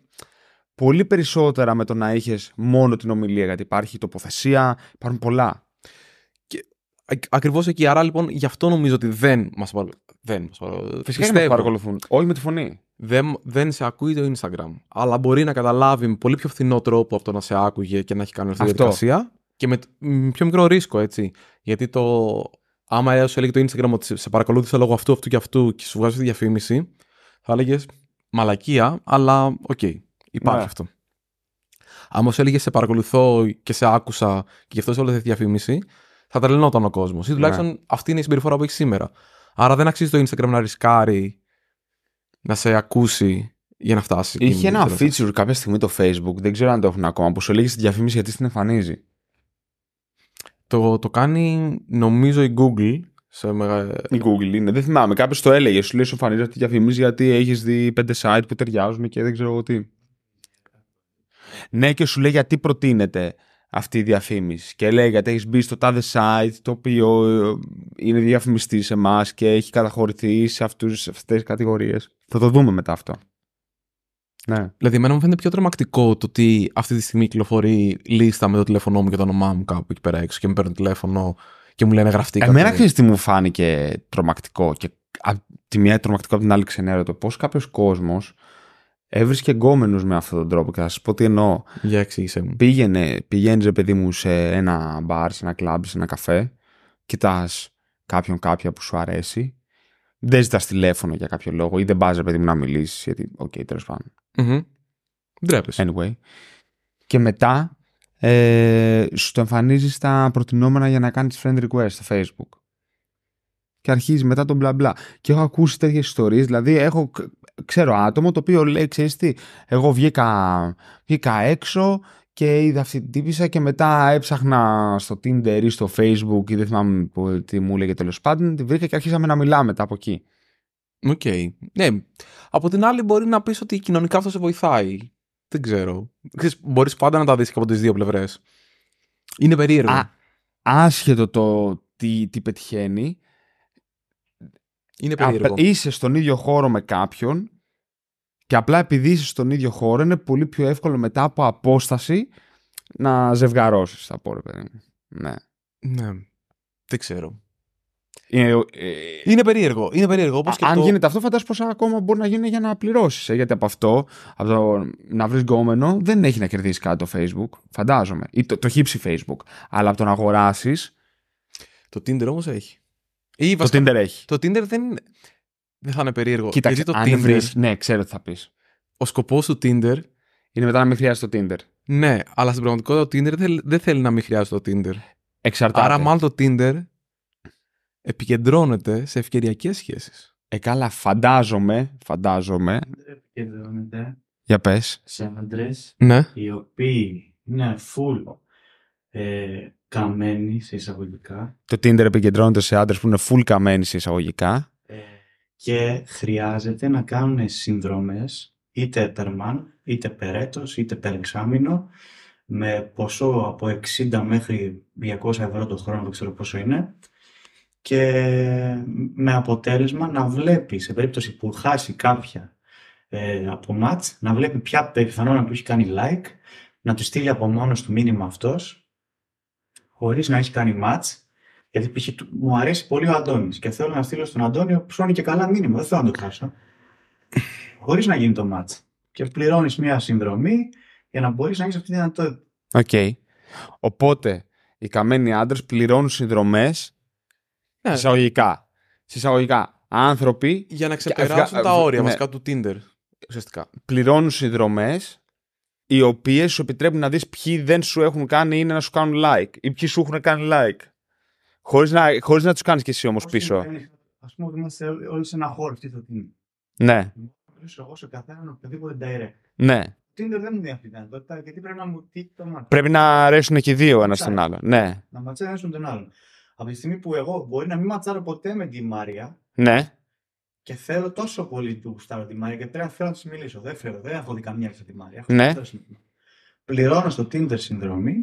Speaker 2: πολύ περισσότερα με το να είχες μόνο την ομιλία. Γιατί υπάρχει τοποθεσία, υπάρχουν πολλά.
Speaker 1: Ακριβώς εκεί. Άρα λοιπόν γι' αυτό νομίζω ότι δεν μας δεν μας παρα-
Speaker 2: Φυσικά και μας
Speaker 1: πιστεύω.
Speaker 2: παρακολουθούν. Όχι με τη φωνή.
Speaker 1: Δεν, δεν σε ακούει το Instagram. Αλλά μπορεί να καταλάβει με πολύ πιο φθηνό τρόπο από το να σε άκουγε και να έχει κάνει αυτή τη
Speaker 2: Αυτό.
Speaker 1: διαδικασία. Και με τ- μ, πιο μικρό ρίσκο, έτσι. Γιατί το. Άμα σου έλεγε το Instagram ότι σε- σε παρακολούθησα λόγω αυτού, αυτού και αυτού και σου βγάζει αυτή τη διαφήμιση, θα έλεγες μαλακία, αλλά οκ. υπάρχει
Speaker 2: Ναι.
Speaker 1: αυτό. Άμα σου έλεγες σε παρακολουθώ και σε άκουσα και γι' αυτό σε όλη αυτή τη διαφήμιση, θα τρελνόταν ο κόσμος. Ή τουλάχιστον
Speaker 2: Ναι.
Speaker 1: αυτή είναι η συμπεριφορά που έχεις σήμερα. Άρα δεν αξίζει το Instagram να ρισκάρει να σε ακούσει για να φτάσει. εκεί
Speaker 2: Είχε
Speaker 1: με
Speaker 2: ένα
Speaker 1: την τελευταία.
Speaker 2: feature κάποια στιγμή το Facebook, δεν ξέρω αν το έχουν ακόμα, που σου λέγει στη διαφήμιση γιατί στην εμφανίζει.
Speaker 1: Το, το κάνει νομίζω η Google. Σε μεγα...
Speaker 2: Η Google είναι, δεν θυμάμαι. Κάποιος το έλεγε, σου λέει σου εμφανίζει αυτή τη διαφήμιση γιατί έχεις δει πέντε site που ταιριάζουν και δεν ξέρω εγώ τι. Ναι, και σου λέει γιατί προτείνεται αυτή η διαφήμιση. Και λέει γιατί έχεις μπει στο τάδε site το οποίο ε, είναι διαφημιστή σε εμάς και έχει καταχωρηθεί σε, αυτούς- σε αυτές τις κατηγορίες. Θα το δούμε μετά αυτό. Ναι.
Speaker 1: Δηλαδή, εμένα μου φαίνεται πιο τρομακτικό το ότι αυτή τη στιγμή κυκλοφορεί λίστα με το τηλέφωνό μου και το όνομά μου κάπου εκεί πέρα έξω και με παίρνουν τηλέφωνο και μου λένε γραφτεί.
Speaker 2: Εμένα ξέρεις τι μου φάνηκε τρομακτικό και απ' τη μία τρομακτικό από την άλλη ξενέρωτο. Πώς κάποιος κόσμος έβρισκε γκόμενους με αυτόν τον τρόπο. Και θα σας πω τι εννοώ.
Speaker 1: Για εξήγησέ μου.
Speaker 2: Πήγαινε, πηγαίνεις ρε παιδί μου σε ένα μπαρ, σε ένα κλαμπ, σε ένα καφέ. Κοιτάς κάποιον κάποια που σου αρέσει. Δεν ζητάς τηλέφωνο για κάποιο λόγο ή δεν πας ρε παιδί μου να μιλήσεις. Γιατί, οκ, okay, τέλος πάντων.
Speaker 1: Μμμ. Ντρέπεσαι.
Speaker 2: Anyway. Και μετά ε, σου το εμφανίζεις τα προτινόμενα για να κάνεις friend request στο Facebook. Και αρχίζει μετά το μπλα μπλα. Και έχω ακούσει τέτοιες ιστορίες. Δηλαδή, έχω, ξέρω άτομο το οποίο λέει: Ξέρεις τι, εγώ βγήκα, βγήκα έξω και είδα αυτή την τύπησα και μετά έψαχνα στο Tinder ή στο Facebook ή δεν θυμάμαι που- τι μου έλεγε τέλος πάντων. Τη βρήκα και αρχίσαμε να μιλάμε μετά από εκεί. Ε.
Speaker 1: Οκ. Ναι. Από την άλλη, μπορεί να πεις ότι κοινωνικά αυτό σε βοηθάει. Δεν ξέρω. Μπορείς πάντα να τα δεις και από τις δύο πλευρές. Είναι περίεργο.
Speaker 2: Α, άσχετο το τι, τι πετυχαίνει,
Speaker 1: είναι περίεργο.
Speaker 2: Απ- είσαι στον ίδιο χώρο με κάποιον και απλά επειδή είσαι στον ίδιο χώρο είναι πολύ πιο εύκολο μετά από απόσταση να ζευγαρώσεις θα πω ρε παιδί μου. Ναι.
Speaker 1: Ναι. Δεν ξέρω.
Speaker 2: Ε, ε,
Speaker 1: Είναι περίεργο. Είναι περίεργο. Όπως
Speaker 2: α-
Speaker 1: και
Speaker 2: αν
Speaker 1: το...
Speaker 2: γίνεται αυτό φαντάζομαι πως ακόμα μπορεί να γίνει για να πληρώσεις ε, γιατί από αυτό από το να βρεις γκόμενο δεν έχει να κερδίσεις κάτι το facebook φαντάζομαι ή το, το χύψη facebook αλλά από το να αγοράσεις
Speaker 1: το Tinder όμως έχει. Ή
Speaker 2: το
Speaker 1: βασικά,
Speaker 2: Tinder έχει.
Speaker 1: το Tinder δεν, είναι- δεν θα είναι περίεργο.
Speaker 2: Κοίταξε,
Speaker 1: γιατί το
Speaker 2: αν
Speaker 1: Tinder,
Speaker 2: βρεις, ναι ξέρω τι θα πεις.
Speaker 1: ο σκοπός του Tinder
Speaker 2: Είναι μετά να μην χρειάζεται το Tinder.
Speaker 1: Ναι, αλλά στην πραγματικότητα το Tinder δεν- δεν θέλει να μην χρειάζεται το Tinder.
Speaker 2: Εξαρτάται.
Speaker 1: Άρα, μάλλον το Tinder επικεντρώνεται σε ευκαιριακές σχέσεις.
Speaker 2: Ε, καλά, φαντάζομαι, φαντάζομαι.
Speaker 3: Επικεντρώνεται
Speaker 2: Για πες.
Speaker 3: σε άντρες
Speaker 1: Ναι.
Speaker 3: οι οποίοι είναι full ε, καμένοι σε εισαγωγικά
Speaker 2: Το Tinder επικεντρώνεται σε άντρες που είναι full καμένοι σε εισαγωγικά.
Speaker 3: ε, και χρειάζεται να κάνουν συνδρομές είτε τερμάν, είτε περέτος, είτε περεξάμινο με ποσό από 60 μέχρι 200 ευρώ το χρόνο, δεν ξέρω πόσο είναι και με αποτέλεσμα να βλέπει σε περίπτωση που χάσει κάποια ε, από μάτς να βλέπει ποια πιθανό να του έχει κάνει like να του στείλει από μόνος του μήνυμα αυτός χωρίς να έχει κάνει match γιατί π.χ. του- μου αρέσει πολύ ο Αντώνης και θέλω να στείλω στον Αντώνιο ψώνει και καλά μήνυμα. Δεν θέλω να το χάσω. Χωρίς να γίνει το match. Και πληρώνεις μια συνδρομή για να μπορείς να έχεις αυτή τη δυνατότητα.
Speaker 2: Οκ. Οπότε, οι καμένοι άντρες πληρώνουν συνδρομές
Speaker 1: Ναι.
Speaker 2: εισαγωγικά. Σε εισαγωγικά. Άνθρωποι
Speaker 1: Για να
Speaker 2: ξεπεράσουν τα όρια βασικά
Speaker 1: του Tinder. Ουσιαστικά.
Speaker 2: πληρώνουν συνδρομές οι οποίες σου επιτρέπουν να δεις ποιοι δεν σου έχουν κάνει είναι να σου κάνουν like ή ποιοι σου έχουν κάνει like. Χωρίς να, χωρίς να τους κάνεις κι εσύ όμως πίσω.
Speaker 3: ναι. Ας πούμε ότι είμαστε όλοι όλοι σε ένα χώρο αυτή το team.
Speaker 2: Ναι,
Speaker 3: Μιλήσω εγώ σε καθέναν οποιοδήποτε direct.
Speaker 2: ναι.
Speaker 3: Το Tinder δεν μου δίνει αυτή τη δυνατότητα γιατί πρέπει να μου τύχει το match.
Speaker 2: Πρέπει να αρέσουν και οι δύο ένας στον
Speaker 3: Εντάξει.
Speaker 2: άλλο. Ναι,
Speaker 3: Να ματσάρεις τον άλλον. Από τη στιγμή που εγώ μπορεί να μην ματσάρω ποτέ με τη Μάρια,
Speaker 2: ναι.
Speaker 3: Και θέλω τόσο πολύ του Γουστάρου τη Μάρια και πρέπει θέλω να τη μιλήσω. Δεν θέλω, δεν έχω δει καμία άλλη τη Μάρια. Έχω
Speaker 2: Ναι.
Speaker 3: χιλιάδες στη Μάρια. Πληρώνω στο Tinder συνδρομή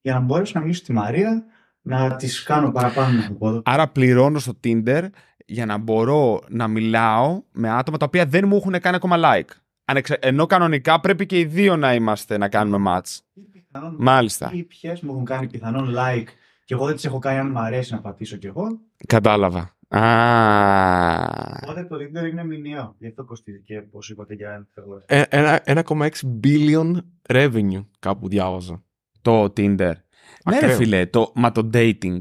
Speaker 3: για να μπορέσω να μιλήσω τη Μαρία, να της κάνω παραπάνω από εδώ.
Speaker 2: Άρα πληρώνω στο Tinder για να μπορώ να μιλάω με άτομα τα οποία δεν μου έχουν κάνει ακόμα like. ανεξε- ενώ κανονικά πρέπει και οι δύο να είμαστε να κάνουμε match.
Speaker 3: Ή πιθανόν-
Speaker 2: Μάλιστα.
Speaker 3: Ή ποιες μου έχουν κάνει πιθανόν like και εγώ δεν τις έχω κάνει αν μου αρέσει να πατήσω κι εγώ.
Speaker 2: Κατάλαβα. Α,
Speaker 3: Οπότε το δίκτυο είναι μηνιαίο. Γι' αυτό κοστίζει και όπως είπατε για ένα θεό.
Speaker 1: Ε, ένα- 1,6 billion revenue κάπου διάβαζα.
Speaker 2: το Tinder. Ναι, ρε
Speaker 1: Ακραίο.
Speaker 2: φίλε, το, μα το dating,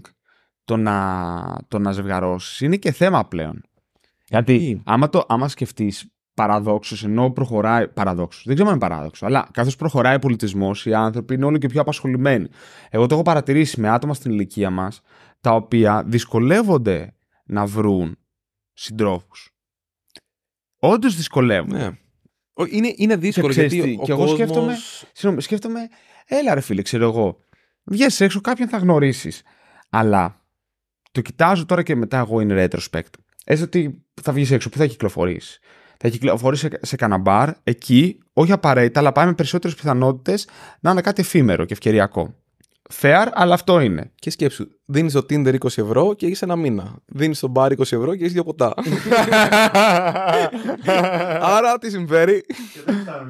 Speaker 2: το να, το να ζευγαρώσεις, είναι και θέμα πλέον. Γιατί
Speaker 1: Γιατί?
Speaker 2: άμα, το, άμα σκεφτείς παραδόξως, ενώ προχωράει, παραδόξως, δεν ξέρω αν είναι παράδοξο, αλλά καθώς προχωράει ο πολιτισμός, οι άνθρωποι είναι όλο και πιο απασχολημένοι. Εγώ το έχω παρατηρήσει με άτομα στην ηλικία μας, τα οποία δυσκολεύονται να βρουν συντρόφους. Όντως δυσκολεύονται.
Speaker 1: Ναι. Ο- Είναι, είναι δύσκολο
Speaker 2: Ε, ξέρεις
Speaker 1: γιατί
Speaker 2: τι,
Speaker 1: ο
Speaker 2: κι εγώ
Speaker 1: κόσμος-
Speaker 2: σκέφτομαι- Συγγνώμη, σκέφτομαι, έλα ρε φίλε, ξέρω εγώ. Βγες έξω, κάποιον θα γνωρίσεις. Αλλά το κοιτάζω τώρα και μετά εγώ in retrospect. Έστω ότι θα βγεις έξω, πού θα κυκλοφορήσει. Θα κυκλοφορήσει σε, σε κανένα μπαρ, εκεί, όχι απαραίτητα, αλλά πάει με περισσότερες πιθανότητες να είναι κάτι εφήμερο και ευκαιριακό. Fair, αλλά αυτό είναι.
Speaker 1: Και σκέψου, δίνεις το Tinder 20 ευρώ και έχεις ένα μήνα. Δίνεις τον μπαρ 20 ευρώ και έχεις δύο ποτά. Άρα τι συμφέρει
Speaker 3: Και δεν φτάνουν.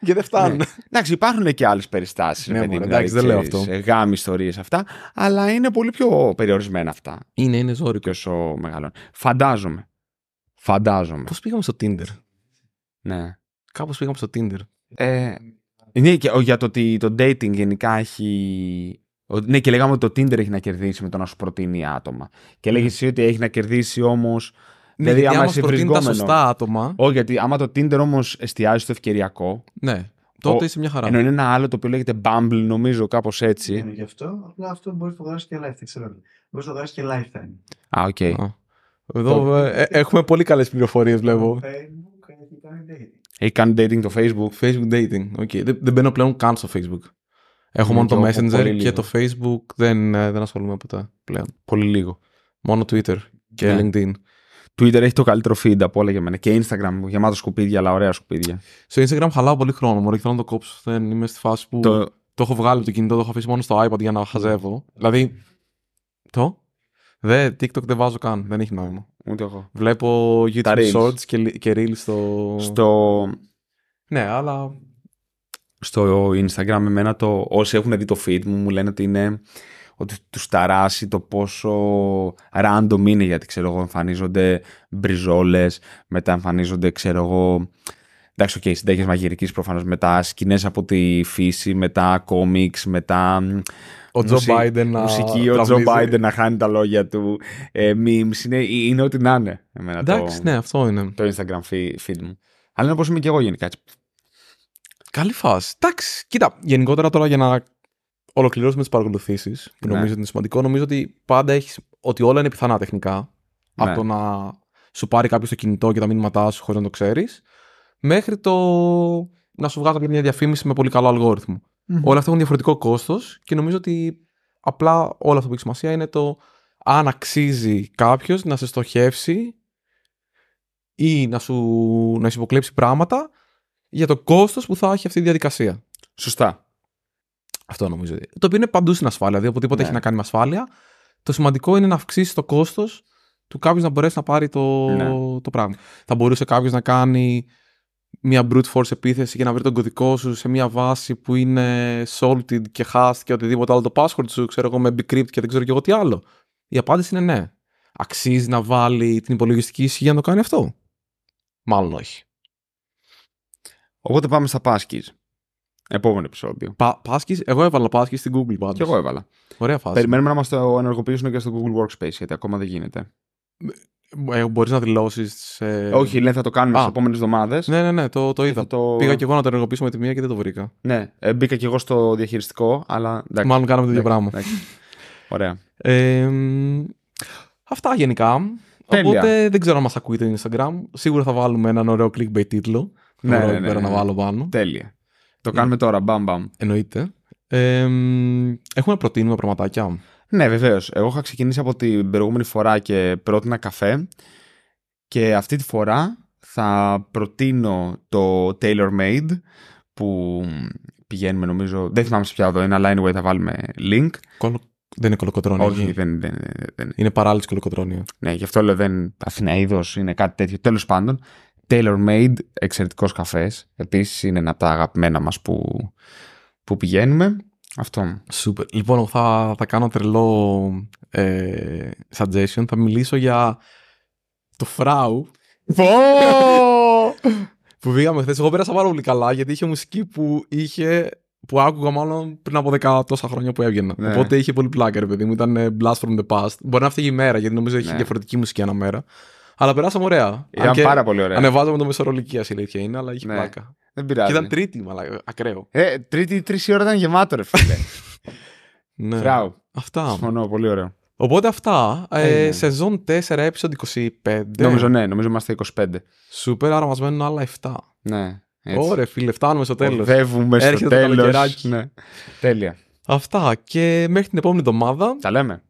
Speaker 1: και δεν
Speaker 2: Ναι.
Speaker 1: φτάνουν.
Speaker 2: Εντάξει, υπάρχουν και άλλες περιστάσεις.
Speaker 1: Ναι, μωρέ, εντάξει, δεν λέω αυτό.
Speaker 2: δηλαδή, Γάμοι, ιστορίες αυτά. Αλλά είναι πολύ πιο περιορισμένα αυτά.
Speaker 1: Είναι, είναι ζώρικο.
Speaker 2: και όσο μεγαλώνει. Φαντάζομαι. Φαντάζομαι.
Speaker 1: Πώς πήγαμε στο Tinder.
Speaker 2: Ναι.
Speaker 1: Κάπως πήγαμε στο Tinder.
Speaker 2: Ε, ναι, και ο- για το ότι το dating γενικά έχει. ο- Ναι, και λέγαμε ότι το Tinder έχει να κερδίσει με το να σου προτείνει άτομα. Και λέγε εσύ ότι έχει να κερδίσει όμως.
Speaker 1: Ναι,
Speaker 2: Δηλαδή,
Speaker 1: γιατί
Speaker 2: άμα
Speaker 1: άμα
Speaker 2: είσαι
Speaker 1: σου προτείνει τα
Speaker 2: βρισκόμενο.
Speaker 1: σωστά άτομα.
Speaker 2: Όχι, γιατί άμα το Tinder όμως εστιάζει στο ευκαιριακό,
Speaker 1: Ναι, τότε
Speaker 2: Ο-
Speaker 1: είσαι μια χαρά.
Speaker 2: ενώ είναι ένα άλλο το οποίο λέγεται Bumble, νομίζω, κάπως έτσι.
Speaker 1: Ναι.
Speaker 3: Είναι γι' αυτό. Απλά αυτό μπορείς να το δώσει και live. Ξέρω. Μπορείς να το δώσει και lifetime.
Speaker 2: Α, οκ.
Speaker 1: Α. Εδώ ε, ε, έχουμε πολύ καλές πληροφορίες, βλέπω.
Speaker 3: Facebook έχει κάνει dating.
Speaker 2: Έχει κάνει dating το Facebook.
Speaker 1: Facebook dating. οκ. Δεν, δεν μπαίνω πλέον καν στο Facebook. Έχω
Speaker 2: Ναι,
Speaker 1: μόνο
Speaker 2: και
Speaker 1: το
Speaker 2: εγώ πολύ
Speaker 1: Messenger
Speaker 2: λίγο.
Speaker 1: και το Facebook δεν, ε, δεν ασχολούμαι ποτέ πλέον.
Speaker 2: Πολύ λίγο.
Speaker 1: Μόνο Twitter και
Speaker 2: Ναι.
Speaker 1: LinkedIn.
Speaker 2: Twitter έχει το καλύτερο feed από όλα για μένα. Και Instagram γεμάτο σκουπίδια, αλλά ωραία σκουπίδια.
Speaker 1: Στο Instagram χαλάω πολύ χρόνο. Μωρέ, και θέλω να το κόψω. Δεν είμαι στη φάση που το...
Speaker 2: Το,
Speaker 1: έχω βγάλει από το κινητό, το έχω αφήσει μόνο στο iPad για να χαζεύω. Δηλαδή. Το. Δε, TikTok δεν βάζω καν. Δεν έχει νόημα.
Speaker 2: ούτε εγώ.
Speaker 1: Βλέπω
Speaker 2: Τα
Speaker 1: YouTube
Speaker 2: Reels.
Speaker 1: Shorts και, li- και Reels στο...
Speaker 2: στο,
Speaker 1: Ναι, αλλά.
Speaker 2: στο Instagram εμένα το, όσοι έχουν δει το feed μου μου λένε ότι είναι ότι τους ταράσει το πόσο random είναι γιατί ξέρω εγώ εμφανίζονται μπριζόλες μετά εμφανίζονται ξέρω εγώ εντάξει οκ okay, συντέχειες μαγειρικής προφανώς μετά σκηνές από τη φύση μετά κόμιξ μετά μ,
Speaker 1: Ο Τζο
Speaker 2: μουσι-
Speaker 1: Biden να.
Speaker 2: μουσική ο Τζο
Speaker 1: τραυλίζει.
Speaker 2: Biden να χάνει τα λόγια του ε, memes είναι, είναι ό,τι να είναι εμένα
Speaker 1: Εντάξει,
Speaker 2: το,
Speaker 1: ναι, αυτό είναι.
Speaker 2: το Instagram feed, feed μου αλλά είναι πως είμαι και εγώ γενικά έτσι,
Speaker 1: Καλή φάση. Εντάξει, κοίτα, γενικότερα τώρα για να ολοκληρώσουμε τις παρακολουθήσεις, που
Speaker 2: Ναι.
Speaker 1: νομίζω ότι είναι σημαντικό, νομίζω ότι πάντα έχεις. ότι όλα είναι πιθανά τεχνικά.
Speaker 2: Ναι.
Speaker 1: Από το να σου πάρει κάποιος το κινητό και τα μήνυματά σου χωρίς να το ξέρεις, μέχρι το να σου βγάζει απλά μια διαφήμιση με πολύ καλό αλγόριθμο. Όλα αυτά έχουν διαφορετικό κόστος και νομίζω ότι απλά όλο αυτό που έχει σημασία είναι το αν αξίζει κάποιος να σε στοχεύσει ή να σου, να σου υποκλέψει πράγματα για το κόστος που θα έχει αυτή η διαδικασία.
Speaker 2: σωστά
Speaker 1: Αυτό νομίζω. ότι- Το οποίο είναι παντού στην ασφάλεια. Δηλαδή, οπουδήποτε
Speaker 2: Ναι.
Speaker 1: έχει να κάνει με ασφάλεια, το σημαντικό είναι να αυξήσει το κόστος του κάποιο να μπορέσει να πάρει το,
Speaker 2: Ναι.
Speaker 1: το πράγμα. Θα μπορούσε κάποιος να κάνει μια brute force επίθεση για να βρει τον κωδικό σου σε μια βάση που είναι salted και hashed και οτιδήποτε άλλο το password σου, ξέρω εγώ, με decrypt και δεν ξέρω και εγώ τι άλλο. Η απάντηση είναι ναι. Αξίζει να βάλει την υπολογιστική ισχύ για να το κάνει αυτό. Μάλλον όχι.
Speaker 2: Οπότε πάμε στα Πάσκης. Επόμενο επεισόδιο.
Speaker 1: Πα, πάσκης- εγώ έβαλα πάσκη στην Google πάντως.
Speaker 2: Και εγώ έβαλα.
Speaker 1: Ωραία φάση.
Speaker 2: Περιμένουμε να μας το ενεργοποιήσουν και στο Google Workspace, γιατί ακόμα δεν γίνεται.
Speaker 1: Ε, μπορείς να δηλώσεις... σε-
Speaker 2: Όχι, λένε θα το κάνουμε
Speaker 1: Ε, α.
Speaker 2: στις επόμενες εβδομάδες.
Speaker 1: Ναι, ναι, ναι, το, το είδα.
Speaker 2: το...
Speaker 1: Πήγα και εγώ να το ενεργοποιήσω με τη μία και δεν το βρήκα.
Speaker 2: Ναι, ε, μπήκα και εγώ στο διαχειριστικό, αλλά εντάξει.
Speaker 1: Μάλλον κάναμε το ίδιο πράγμα.
Speaker 2: εντάξει. Ωραία.
Speaker 1: Ε, μ, αυτά γενικά.
Speaker 2: Τέλεια.
Speaker 1: Οπότε δεν ξέρω αν μας ακούείτε στο Instagram. Σίγουρα θα βάλουμε έναν ωραίο clickbait τίτλο.
Speaker 2: Ναι,
Speaker 1: ωραίο
Speaker 2: ναι,
Speaker 1: εκεί
Speaker 2: ναι,
Speaker 1: πέρα
Speaker 2: ναι,
Speaker 1: να
Speaker 2: ναι.
Speaker 1: βάλω πάνω.
Speaker 2: Τέλεια. Το κάνουμε τώρα. Μπαμ, μπαμ.
Speaker 1: Εννοείται. Ε, μ, έχουμε να προτείνουμε πραγματάκια.
Speaker 2: Ναι, βεβαίως. Εγώ είχα ξεκινήσει από την προηγούμενη φορά και πρότεινα καφέ. Και αυτή τη φορά θα προτείνω το Taylor Made που πηγαίνουμε νομίζω. Δεν θυμάμαι σε ποια οδό είναι, αλλά anyway θα βάλουμε link.
Speaker 1: Κολο... Δεν είναι κολοκοτρόνια.
Speaker 2: Όχι,
Speaker 1: εκεί.
Speaker 2: δεν, δεν, δεν,
Speaker 1: Είναι παράλληλη κολοκοτρόνια.
Speaker 2: Ναι, γι' αυτό λέω δεν. Αθηναίδος είναι κάτι τέτοιο. Τέλος πάντων, tailor-made, εξαιρετικός καφές. Επίσης είναι ένα από τα αγαπημένα μας που, που πηγαίνουμε. Αυτό.
Speaker 1: Super. Λοιπόν, θα, θα κάνω τρελό ε, suggestion. Θα μιλήσω για το φράου που πήγαμε χθες. Εγώ πέρασα πάρα πολύ καλά γιατί είχε μουσική που είχε που άκουγα μάλλον πριν από 10 τόσα χρόνια που έβγαινα.
Speaker 2: Ναι.
Speaker 1: Οπότε είχε πολύ πλάκα, ρε παιδί μου. Ήταν ε, Blast from the Past. Μπορεί να φύγει η μέρα, γιατί νομίζω έχει
Speaker 2: Ναι.
Speaker 1: διαφορετική μουσική ανά μέρα. Αλλά περάσαμε ωραία. Αν
Speaker 2: Ήταν
Speaker 1: και
Speaker 2: πάρα πολύ ωραία.
Speaker 1: Ανεβάζαμε το μεσορολική, η αλήθεια είναι, αλλά είχε
Speaker 2: Ναι.
Speaker 1: πλάκα.
Speaker 2: Δεν
Speaker 1: Και
Speaker 2: πειράζει.
Speaker 1: ήταν τρίτη, μαλάκα. Ακραίο.
Speaker 2: Ε, τρίτη τρεις η ώρα ήταν γεμάτο ρε φίλε.
Speaker 1: Ναι.
Speaker 2: Φράου.
Speaker 1: Αυτά.
Speaker 2: Συμφωνώ, πολύ ωραίο.
Speaker 1: Οπότε αυτά. Ε,
Speaker 2: Έγινε.
Speaker 1: Σεζόν 4, episode 25.
Speaker 2: Νομίζω ναι, νομίζω είμαστε 25.
Speaker 1: Σούπερ, άρα μας μένουν άλλα 7.
Speaker 2: Ναι. έτσι.
Speaker 1: Ωραία, φίλε, φτάνουμε στο τέλος.
Speaker 2: Οδεύουμε στο
Speaker 1: Έρχεται το
Speaker 2: τέλος.
Speaker 1: καλοκαιράκι.
Speaker 2: Ναι. Τέλεια.
Speaker 1: Αυτά και μέχρι την επόμενη εβδομάδα.
Speaker 2: Τα λέμε.